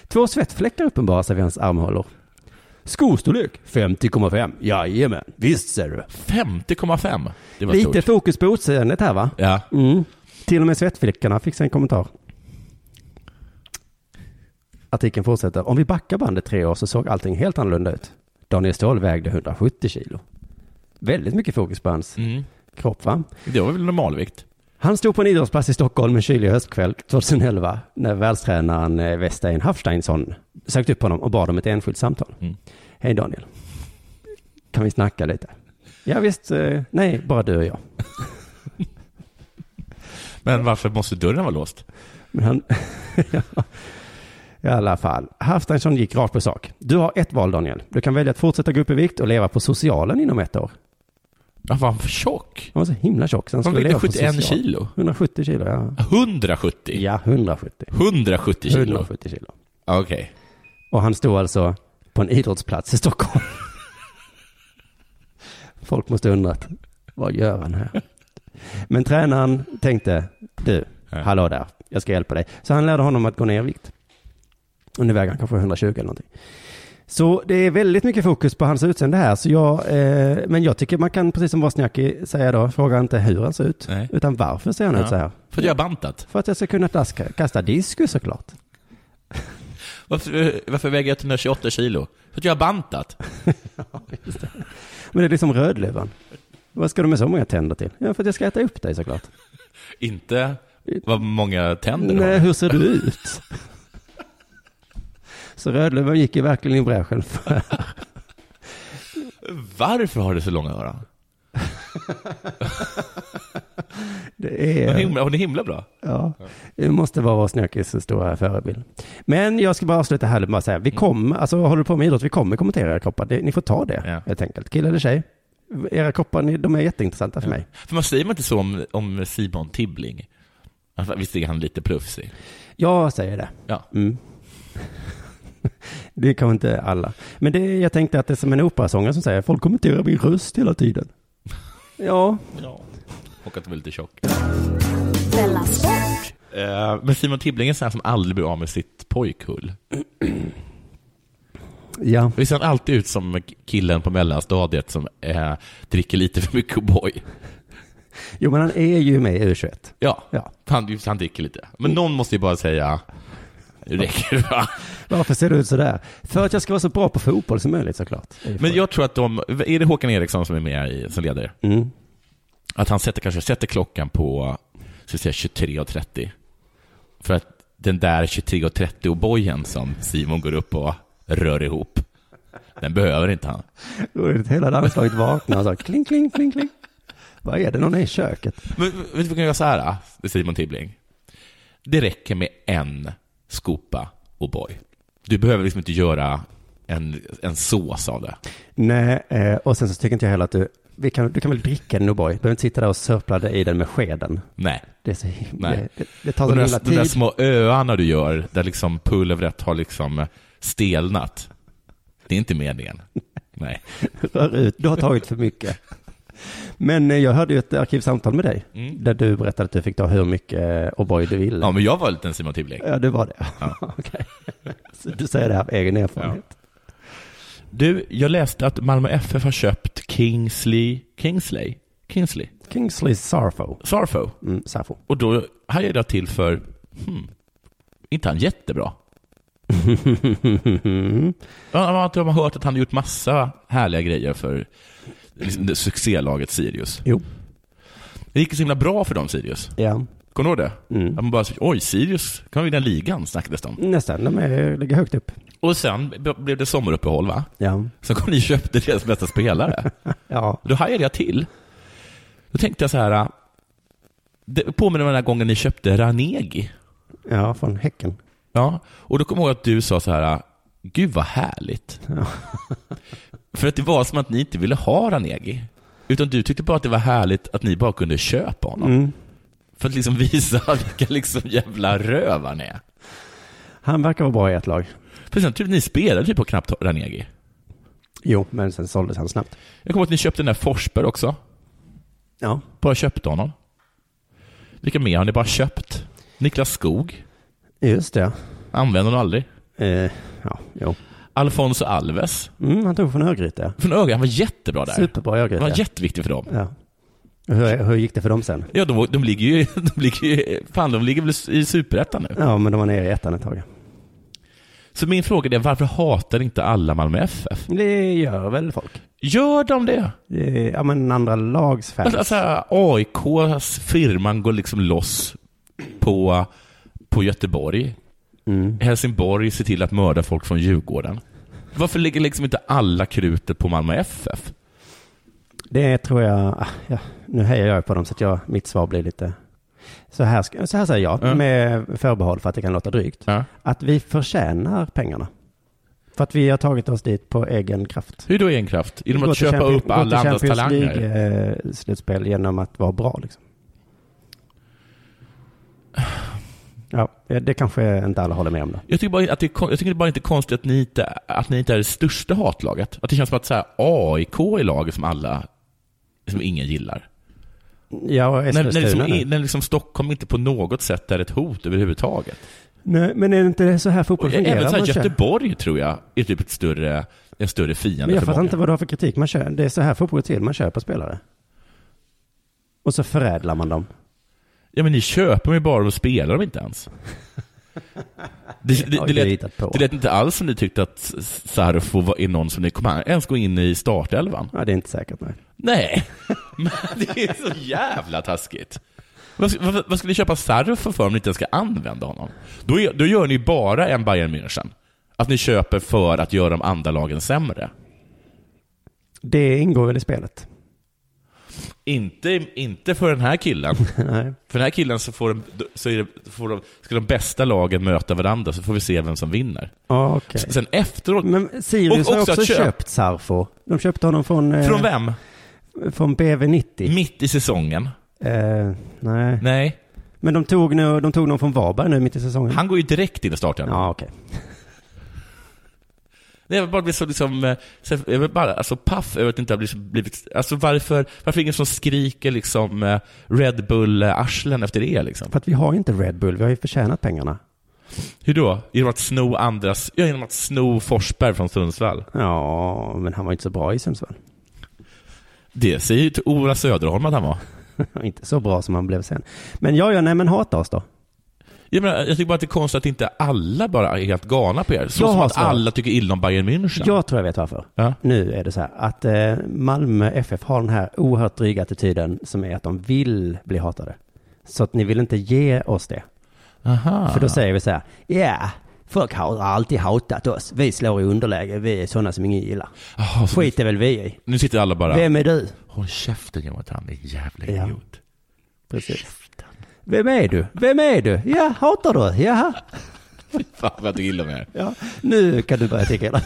S10: Två svettfläckar uppenbarar sig vid hans armhålor. Skostorlek 50,5. Jajamän, visst ser du.
S11: 50,5. Det var
S10: Lite
S11: stort.
S10: fokus på utseendet här va?
S11: Ja.
S10: Mm. Till och med svettfläckarna fick sig en kommentar. Artikeln fortsätter. Om vi backar bandet tre år så såg allting helt annorlunda ut. Daniel Ståhl vägde 170 kilo. Väldigt mycket fokus på hans
S11: Mm.
S10: kropp va?
S11: Det var väl normalvikt?
S10: Han stod på en idrottsplats i Stockholm en kylig höstkväll 2011 när världstränaren eh, Westein Hafsteinsson sökte upp honom och bad om ett enskilt samtal.
S11: Mm.
S10: Hej Daniel, kan vi snacka lite? Ja visst, eh, nej, bara du och jag.
S11: Men varför måste dörren vara låst?
S10: Men han... Ja, I alla fall, Halfsteinsson gick rakt på sak. Du har ett val Daniel. Du kan välja att fortsätta gå upp i vikt och leva på socialen inom ett år.
S11: Han var för tjock.
S10: Han var så himla tjock. Så han
S11: Han vägde
S10: skulle leva på
S11: 71
S10: social.
S11: kilo.
S10: 170 kilo, ja.
S11: 170?
S10: Ja, 170.
S11: 170 kilo?
S10: 170 kilo.
S11: Okej.
S10: Och han stod alltså på en idrottsplats i Stockholm. Folk måste ha undrat, vad gör han här? Men tränaren tänkte, du, hallå där, jag ska hjälpa dig. Så han lärde honom att gå ner i vikt. Och nu väger han kanske 120 eller någonting. Så det är väldigt mycket fokus på hans utseende här. Så jag, eh, men jag tycker man kan, precis som Wozniacki säger då, fråga inte hur han ser ut,
S11: Nej.
S10: utan varför ser han
S11: Ja.
S10: ut så här?
S11: För att jag har bantat.
S10: För att jag ska kunna daska, kasta diskus såklart.
S11: Varför, varför väger jag 128 kilo? För att jag har bantat.
S10: Men det är liksom Rödluvan. Vad ska du med så många tänder till? Ja, för att jag ska äta upp dig såklart.
S11: Inte vad många tänder du
S10: Nej,
S11: har.
S10: hur ser du ut? Så Rödluvan gick ju verkligen i bräschen för...
S11: Varför har du så långa öron? Hon
S10: Det
S11: är
S10: är...
S11: himla, hon är himla bra.
S10: Ja, det måste vara vår snökis stora förebild. Men jag ska bara avsluta här och bara säga, vi kommer, alltså håller du på med idrott, vi kommer kommentera era kroppar. Det, ni får ta det helt enkelt, kille eller tjej. Era kroppar, ni, de är jätteintressanta för mig.
S11: För man säger man inte så om, om Simon Tibbling? Alltså, Visst är han lite plufsig?
S10: Jag säger det.
S11: Ja.
S10: Mm. det kan inte alla. Men det, jag tänkte att det är som en operasångare som säger, folk kommenterar min röst hela tiden. Ja.
S11: ja. Och att han är lite tjock.
S9: Della Sport.
S11: Eh, Men Simon Tibbling är en sån här som aldrig blir av med sitt pojkhull.
S10: Ja.
S11: Visst ser han alltid ut som killen på mellanstadiet som eh, dricker lite för mycket O'boy?
S10: Jo, men han är ju med i U21.
S11: Ja,
S10: Ja.
S11: Han, han dricker lite. Men någon måste ju bara säga, "Nu räcker det va?
S10: Varför ser du ut sådär? För att jag ska vara så bra på fotboll som möjligt såklart.
S11: Men jag tror att de, är det Håkan Eriksson som är med i, som leder?
S10: Mm.
S11: Att han sätter, kanske sätter klockan på så att säga, 23.30. För att den där 23.30-bojen som Simon går upp och rör ihop, den behöver inte han.
S10: Då är det hela landslaget vaknar och så här, kling, kling, kling, kling. Vad är det? Någon är i köket.
S11: Men vet du vad vi kan göra så här, ah, det är Simon Tibbling? Det räcker med en skopa O'boy. Du behöver liksom inte göra en, en sås av det.
S10: Nej, eh, och sen så tycker inte jag heller att du, vi kan, du kan väl dricka den O'boy? Du behöver inte sitta där och sörpla dig i den med skeden.
S11: Nej.
S10: Det, är så himla,
S11: Nej.
S10: det, det tar
S11: Och
S10: så
S11: de där-
S10: himla
S11: De där
S10: tid.
S11: små öarna du gör, där liksom pulvret har liksom stelnat. Det är inte meningen. Nej.
S10: Rör ut, du har tagit för mycket. Men eh, jag hörde ju ett arkivsamtal med dig,
S11: Mm.
S10: där du berättade att du fick ta hur mycket eh, O'boy du ville.
S11: Ja, men jag var lite en Simon Tiblek.
S10: Ja, det var det.
S11: Ja.
S10: Okej. Så Du säger det här av egen erfarenhet.
S11: Du, jag läste att Malmö FF har köpt Kingsley, Kingsley, Kingsley,
S10: Kingsley Sarfo.
S11: Sarfo.
S10: Mm, Sarfo.
S11: Och då hajade jag till för, hmm, inte han jättebra? Ja, man har man hört att han har gjort massa härliga grejer för liksom, det succélaget Sirius.
S10: Jo.
S11: Det gick så himla bra för dem, Sirius.
S10: Ja.
S11: Kommer du ihåg det? Att man bara, oj, Sirius kan vinna ligan, snackades det om.
S10: Nästan, de är, ligger högt upp.
S11: Och sen b- blev det sommaruppehåll, va?
S10: Ja.
S11: Sen kom ni och köpte deras bästa spelare.
S10: ja.
S11: Då hajade jag till. Då tänkte jag så här, det påminner om den här gången ni köpte Ranegi.
S10: Ja, från Häcken.
S11: Ja, och då kommer jag ihåg att du sa så här, gud vad härligt. För att det var som att ni inte ville ha Ranegi, utan du tyckte bara att det var härligt att ni bara kunde köpa honom.
S10: Mm.
S11: För att liksom visa vilka liksom jävla rövar ni är.
S10: Han verkar vara bra i ett lag.
S11: För sen, typ, ni spelade typ på knappt Ranegi.
S10: Jo, men sen såldes han snabbt.
S11: Jag kommer ihåg att ni köpte den där Forsberg också.
S10: Ja.
S11: Bara köpte honom. Vilka mer har ni bara köpt? Niklas Skog.
S10: Just det.
S11: Använder honom aldrig.
S10: Eh, ja, jo.
S11: Alfonso Alves.
S10: Mm, han tog från Örgryte.
S11: Från Örgryte, han var jättebra där.
S10: Superbra i
S11: Han
S10: Örgryte.
S11: var jätteviktig för dem.
S10: Ja. Hur, hur gick det för dem sen?
S11: Ja, de, de ligger ju... De ligger ju fan, de ligger väl i superettan nu.
S10: Ja, men de var nere i ettan ett tag.
S11: Så min fråga är, varför hatar inte alla Malmö FF?
S10: Det gör väl folk?
S11: Gör de det?
S10: Eh, Ja, men andra lags fans.
S11: Alltså, alltså AIKs firman går liksom loss på, på Göteborg.
S10: Mm.
S11: Helsingborg ser till att mörda folk från Djurgården. Varför ligger liksom inte alla krutet på Malmö FF?
S10: Det tror jag... ah, Ja, nu hejar jag på dem så att jag, mitt svar blir lite... Så här, ska- så här säger jag,
S11: Ja.
S10: med förbehåll för att det kan låta drygt. Att vi förtjänar pengarna. För att vi har tagit oss dit på egen kraft.
S11: Hur då i en kraft? Genom
S10: Gå
S11: att
S10: till
S11: köpa
S10: Champions-
S11: upp alla andras
S10: Gå till
S11: talanger?
S10: Champions League-slutspel genom att vara bra liksom. Ja, det kanske inte alla håller med om då.
S11: Jag tycker, bara att det är, kon- jag tycker bara inte är konstigt att ni inte, att ni inte är det största hatlaget. Att det känns som att så här, AIK är laget som alla, som ingen gillar.
S10: Ja, och
S11: När, när, liksom,
S10: Eskilstuna nu.
S11: i- när liksom Stockholm inte på något sätt är ett hot överhuvudtaget.
S10: Nej, men är det inte så här fotboll
S11: Och
S10: fungerar?
S11: även så här,
S10: Man kör-
S11: Göteborg tror jag är typ ett större, en större
S10: Men
S11: fiende
S10: jag
S11: för
S10: fattar
S11: många.
S10: inte vad du har för kritik. Man kör, det är så här fotboll går till. Man köper spelare. Och så förädlar man dem.
S11: Ja, men ni köper dem ju bara och spelar dem inte ens. Det, det,
S10: har
S11: det,
S10: vi
S11: lät,
S10: hittat på.
S11: det lät inte alls som ni tyckte att Sarfo var- är någon som ni kommer ens gå in i startelvan.
S10: Ja, det är inte säkert. Nej.
S11: Nej, men det är så jävla taskigt. Vad, ska- vad, vad ska ni köpa Sarfo för om ni inte ens ska använda honom? Då, är, då gör ni bara en Bayern München. Att ni köper för att göra de andra lagen sämre.
S10: Det ingår väl i spelet?
S11: Inte, inte för den här killen.
S10: Nej.
S11: För den här killen så, får de, så är det, får de, ska de bästa lagen möta varandra så får vi se vem som vinner.
S10: Ja, Ah, okej.
S11: S- Sen efteråt...
S10: Men Sirius har också
S11: att
S10: köpt,
S11: köp-
S10: Sarfo. De köpte honom från... eh,
S11: Från vem?
S10: Från BV90.
S11: Mitt i säsongen?
S10: Eh, nej.
S11: Nej.
S10: Men de tog, nu, de tog någon från Varberg nu mitt i säsongen.
S11: Han går ju direkt in i starten.
S10: Ja, okej.
S11: Nej, jag bara blir så liksom, eh, så jag blir bara alltså, paff över att det inte har blivit- blivit, alltså varför, varför är det ingen som skriker liksom eh, Red Bull-arslen efter det liksom?
S10: För att vi har ju inte Red Bull. Vi har ju förtjänat pengarna.
S11: Hur då? Genom att sno andras, ja, genom att sno Forsberg från Sundsvall?
S10: Ja, men han var inte så bra i Sundsvall.
S11: Det säger ju till Ola Söderholm att han var.
S10: inte så bra som han blev sen. Men ja, ja, nej, men hata oss då.
S11: Jag, menar, jag tycker bara att det är konstigt att inte alla bara är helt galna på er. Så
S10: Jag
S11: som
S10: har
S11: att
S10: svaret.
S11: alla tycker illa om Bayern München.
S10: Jag tror jag vet varför.
S11: Ja.
S10: Nu är det så här att eh, Malmö FF har den här oerhört dryga attityden som är att de vill bli hatade. Så att ni vill inte ge oss det.
S11: Aha.
S10: För då säger vi så här, ja, folk har alltid hatat oss. Vi slår i underläge, vi är sådana som ingen gillar.
S11: Jaha, Ah, så
S10: Skit är väl vi i.
S11: Nu sitter alla bara...
S10: Vem är du?
S11: Håll käften Jonathan, din jävla
S10: Ja.
S11: idiot.
S10: Precis. Vem är du? Vem är du? Ja, hatar du? Jaha.
S11: Fan vad jag tycker illa om er.
S10: Ja, nu kan du börja tycka illa.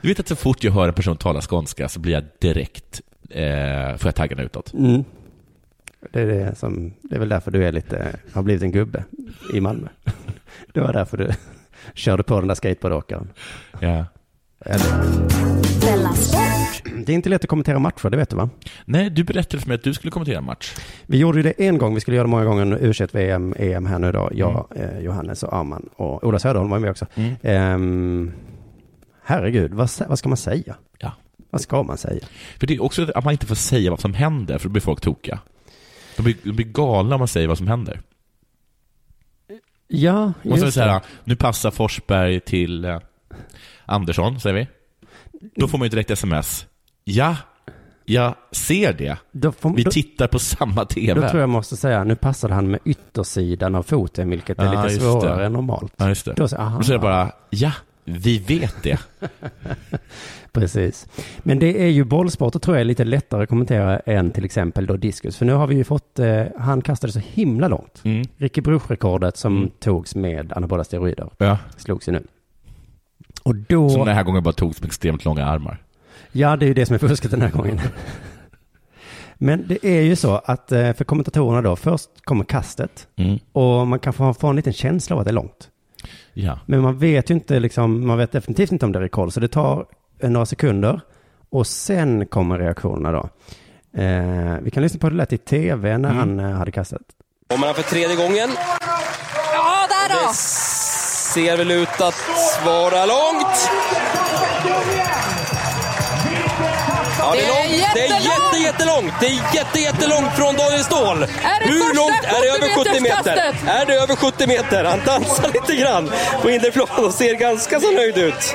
S11: Du vet att så fort jag hör en person tala skånska så blir jag direkt, eh, får jag taggarna utåt.
S10: Mm. Det, är det, som, det är väl därför du är lite, har blivit en gubbe i Malmö. Det var därför du körde på den där skateboardåkaren.
S11: Ja.
S9: Della Sport.
S10: Det är inte lätt att kommentera matcher, det vet du va?
S11: Nej, du berättade för mig att du skulle kommentera en match.
S10: Vi gjorde ju det en gång, vi skulle göra det många gånger, u vm EM här nu då. Jag, eh, Johannes och Arman och Ola Söderholm var ju med också.
S11: Mm.
S10: Ehm, herregud, vad, sä- vad ska man säga?
S11: Ja.
S10: Vad ska man säga?
S11: För det är också att man inte får säga vad som händer, för då blir folk tokiga. De blir, de blir galna om man säger vad som händer.
S10: Ja,
S11: Och så är det
S10: just
S11: så
S10: det.
S11: här, nu passar Forsberg till eh, Andersson, säger vi. Då får man ju direkt sms. Ja, jag ser det.
S10: Då får-
S11: vi
S10: då-
S11: tittar på samma
S10: Då tror
S11: TV.
S10: jag måste säga, nu passade han med yttersidan av foten, vilket är
S11: Ja,
S10: lite
S11: just
S10: svårare
S11: det.
S10: än normalt.
S11: Ja, just det.
S10: Då säger, aha.
S11: Då säger jag bara, ja, vi vet det.
S10: Precis. Men det är ju bollsporter tror jag är lite lättare att kommentera än till exempel då diskus. För nu har vi ju fått, eh, han kastade så himla långt.
S11: Mm.
S10: Ricky Bruch-rekordet som togs med anabola steroider.
S11: Ja.
S10: Slogs ju nu. Och då...
S11: Som den här gången bara togs med extremt långa armar.
S10: Ja, det är ju det som är fusket den här gången. Men det är ju så att eh, för kommentatorerna då, först kommer kastet
S11: Mm.
S10: och man kan få, få en liten känsla av att det är långt.
S11: Ja.
S10: Men man vet ju inte, liksom, man vet definitivt inte om det är rekord, så det tar eh, några sekunder och sen kommer reaktionerna då. Eh, vi kan lyssna på hur det lät i tv
S11: Mm.
S10: när han eh, hade kastat.
S15: Kommer han för tredje gången?
S9: Ja, där då!
S15: Ser väl ut att vara långt. Ja, det, är långt. det är jätte, jättelångt. Det är jätte, jättelångt från Daniel Ståhl. Hur långt? Är det över 70 meter? Är det över 70 meter? Han dansar lite grann på innerplan och ser ganska så nöjd ut.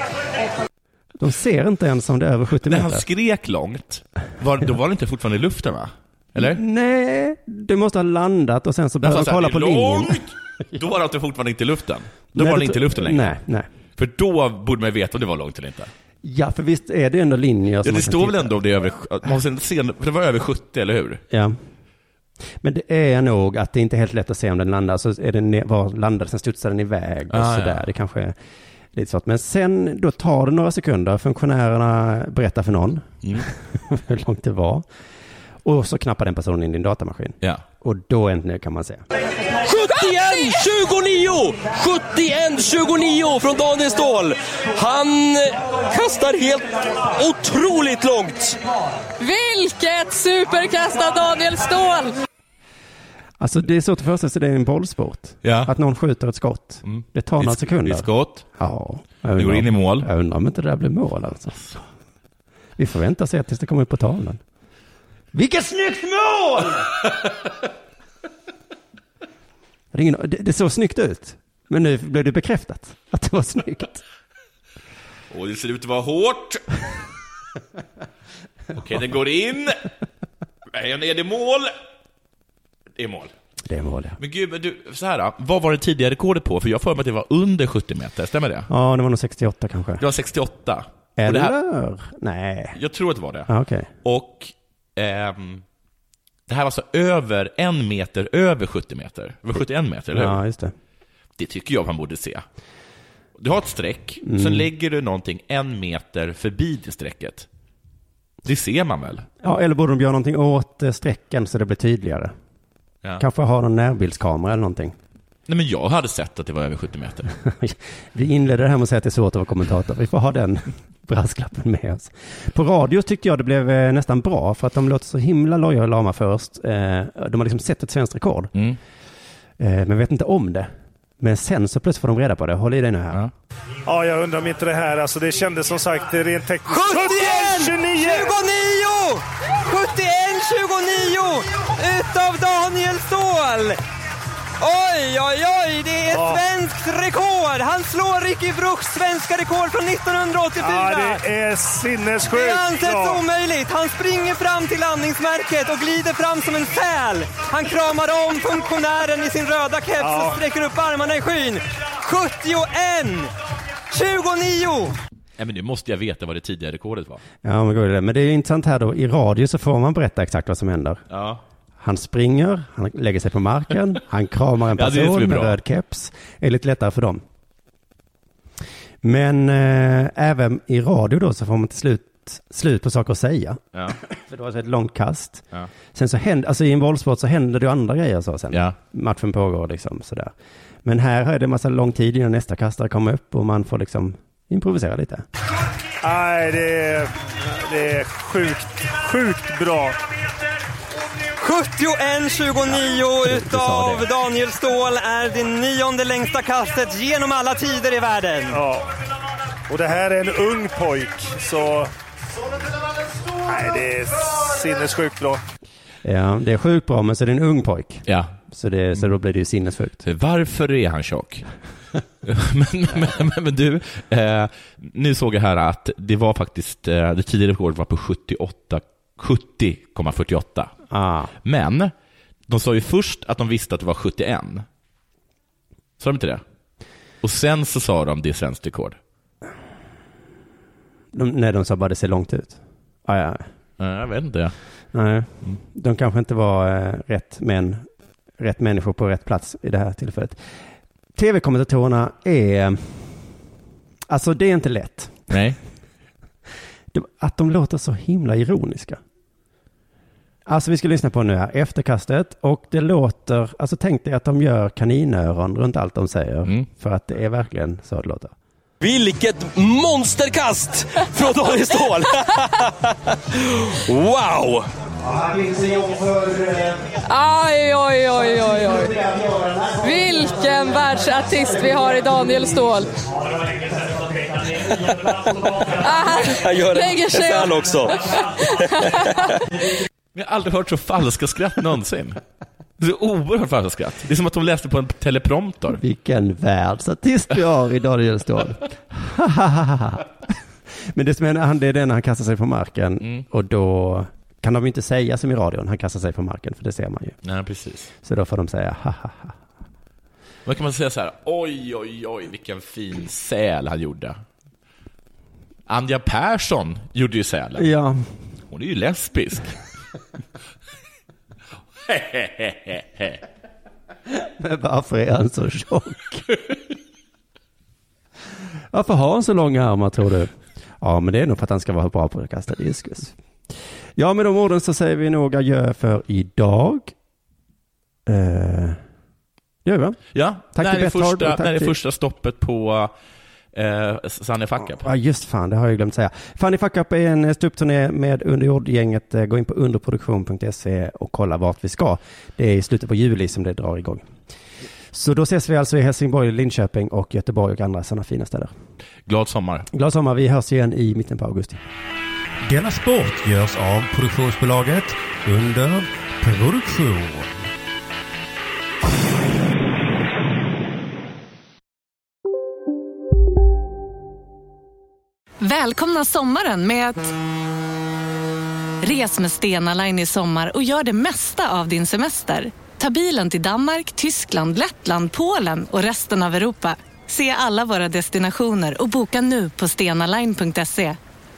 S10: De ser inte ens om det är över 70
S11: När
S10: meter.
S11: han skrek långt, var, då var det inte fortfarande i luften va? Eller?
S10: Nej, du måste ha landat och sen så
S11: När han
S10: behöver du
S11: sa så
S10: kolla
S11: här,
S10: på
S11: "Det är
S10: linjen.
S11: långt! Då var det inte- fortfarande inte i luften. Då
S10: Nej,
S11: var
S10: det
S11: det inte i
S10: tror-
S11: luften längre.
S10: nej, nej.
S11: För då borde man ju veta om det var långt eller inte.
S10: Ja, för visst är det ändå linjer
S11: Ja,
S10: som
S11: det
S10: man kan
S11: står
S10: titta
S11: väl ändå om det är över, man måste se, för det var över 70, eller hur?
S10: Ja. Men det är nog att det inte är helt lätt att se om den landar. Så är den, ner- var landade sen studsar den iväg och
S11: Ah,
S10: sådär.
S11: ja.
S10: Det kanske är lite svårt. Men sen, då tar det några sekunder. Funktionärerna berättar för någon
S11: Mm.
S10: hur långt det var. Och så knappar den personen in din datamaskin.
S11: Ja.
S10: Och då äntligen kan man se.
S15: 71 29! 71 29 från Daniel Ståhl. Han kastar helt otroligt långt.
S16: Vilket superkast av Daniel Ståhl!
S10: Alltså det är svårt att föreställa sig det är en bollsport. Att någon skjuter ett skott. Det tar
S11: Mm. Det är
S10: några
S11: sk-
S10: sekunder.
S11: det är skott.
S10: Ja.
S11: Det går in i mål.
S10: Jag undrar om inte det där blir mål alltså. Vi får vänta och se tills det kommer upp på tavlan. Vilket snyggt mål! Det, är ingen, det, det såg snyggt ut. Men nu blev det bekräftat att det var snyggt.
S11: Och det ser ut att vara hårt. Okej, den går in. Men är det mål? Det är mål.
S10: Det är mål, ja.
S11: Men gud, men du, så här, då. vad var det tidigare rekordet på? För jag har för mig att det var under 70 meter, stämmer det?
S10: Ja, det var nog 68 kanske.
S11: Det var 68. Och det
S10: Eller?
S11: här,
S10: Nej.
S11: jag tror att det var det.
S10: Ja, okej.
S11: Och ehm, det här var alltså över en meter över 70 meter. Över 71 meter, eller hur?
S10: Ja, just det.
S11: Det tycker jag man borde se. Du har ett streck,
S10: Mm.
S11: sen lägger du någonting en meter förbi det strecket. Det ser man väl?
S10: Ja, eller borde de göra någonting åt eh, strecken så det blir tydligare?
S11: Ja.
S10: Kanske ha någon närbildskamera eller någonting.
S11: Nej, men jag hade sett att det var över 70 meter.
S10: Vi inleder det här med att säga att det är svårt att vara kommentator. Vi får ha den brasklappen med oss. På radio tyckte jag det blev eh, nästan bra för att de låter så himla loja och lama först. Eh, De har liksom sett ett svenskt rekord.
S11: Mm.
S10: Eh, Men vet inte om det. Men sen så plötsligt får de reda på det. Håll i dig nu här.
S17: Ja, jag undrar om inte det här, alltså det kändes som sagt rent tekniskt...
S18: 71 29! 71 29 utav Daniel Ståhl! Oj, oj, oj, det är
S17: Ja.
S18: svenskt rekord! Han slår Ricky Bruchs svenska rekord från 1984!
S17: Ja, det är sinnessjukt
S18: Det anses
S17: bra.
S18: omöjligt. Han springer fram till landningsmärket och glider fram som en säl. Han kramar om funktionären i sin röda keps
S17: Ja.
S18: och sträcker upp armarna i skyn. 71! 29!
S11: Nej, men nu måste jag veta vad det tidigare rekordet var.
S10: Ja, men, går det. men det är ju intressant här då. I radio så får man berätta exakt vad som händer.
S11: Ja.
S10: Han springer, han lägger sig på marken, han kramar en
S11: Ja, det är det som
S10: person
S11: är
S10: med
S11: bra.
S10: röd keps. Det är lite lättare för dem. Men eh, även i radio då så får man till slut slut på saker att säga.
S11: Ja.
S10: För det var så ett långt kast.
S11: Ja.
S10: Sen så händer, alltså i en bollsport så händer det ju andra grejer så sen.
S11: Ja.
S10: Matchen pågår liksom sådär. Men här är det en massa lång tid innan nästa kastare kommer upp och man får liksom improvisera lite.
S17: Nej, det är, det är sjukt, sjukt bra.
S18: 71-29 utav Daniel Ståhl är det nionde längsta kastet genom alla tider i världen.
S17: Ja. Och det här är en ung pojk, så... Nej, det är sinnessjukt bra.
S10: Ja, det är sjukt bra, men så är det en ung pojk.
S11: Ja.
S10: Så, det,
S11: Mm.
S10: så då blir det ju sinnessjukt.
S11: eh, Varför är han tjock? men, men, men, men du, eh, nu såg jag här att det var faktiskt, eh, det tidigare rekordet var på 78, 70,48. Ah. Men de sa ju först att de visste att det var 71. Sa de inte det? Och sen så sa de det är svenskt rekord.
S10: De, nej, de sa bara det ser långt ut. Ah, ja.
S11: Eh, jag vet inte.
S10: Nej, de kanske inte var eh, rätt män, rätt människor på rätt plats i det här tillfället. Tv-kommentatorerna är, alltså det är inte lätt.
S11: Nej.
S10: De- Att de låter så himla ironiska. Alltså vi ska lyssna på nu här, efterkastet, och det låter, alltså tänk dig att de gör kaninöron runt allt de säger, för att det är verkligen så det låter.
S15: Vilket monsterkast från Daniel Ståhl! wow!
S16: Aj, oj, oj, oj, oj. Vilken världsartist vi har i Daniel Ståhl. Ah,
S15: Han gör
S16: lägger
S15: en
S16: sig
S15: fan
S16: upp.
S15: också.
S11: Jag har aldrig hört så falska skratt någonsin. Det är så oerhört falska skratt. Det är som att de läste på en teleprompter.
S10: Vilken världsartist vi har i Daniel Ståhl. Men det som händer, han- det är det när han kastar sig på marken och då kan de ju inte säga som i radion, han kastar sig på marken, för det ser man ju.
S11: Nej, precis.
S10: Så då får de säga ha ha ha.
S11: Då kan man säga så här, oj, oj, oj, vilken fin säl han gjorde. Anja Persson gjorde ju sälen.
S10: Ja.
S11: Hon är ju lesbisk.
S10: Men varför är han så tjock? Varför har han så långa armar tror du? Ja, men det är nog för att han ska vara bra på att kasta diskus. Ja, med de orden så säger vi nog adjö för idag. Eh, det gör vi va?
S11: Ja,
S10: Tack
S11: det här
S10: till
S11: är,
S10: Betthard och
S11: första,
S10: tack
S11: det här är
S10: till-
S11: första stoppet på eh, Sanne Fackap.
S10: Ja just fan, det har jag ju glömt säga. Fanny Fuck Up är en eh, ståuppturné med Underjordgänget. Eh, Gå in på underproduktion.se och kolla vart vi ska. Det är i slutet på juli som det drar igång. Så då ses vi alltså i Helsingborg, Linköping och Göteborg och andra sådana fina städer.
S11: Glad sommar.
S10: Glad sommar, vi hörs igen i mitten på augusti.
S19: Denna sport görs av produktionsbolaget under produktion.
S20: Välkomna sommaren med att... Res med Stena Line i sommar och gör det mesta av din semester. Ta bilen till Danmark, Tyskland, Lettland, Polen och resten av Europa. Se alla våra destinationer och boka nu på stenaline.se.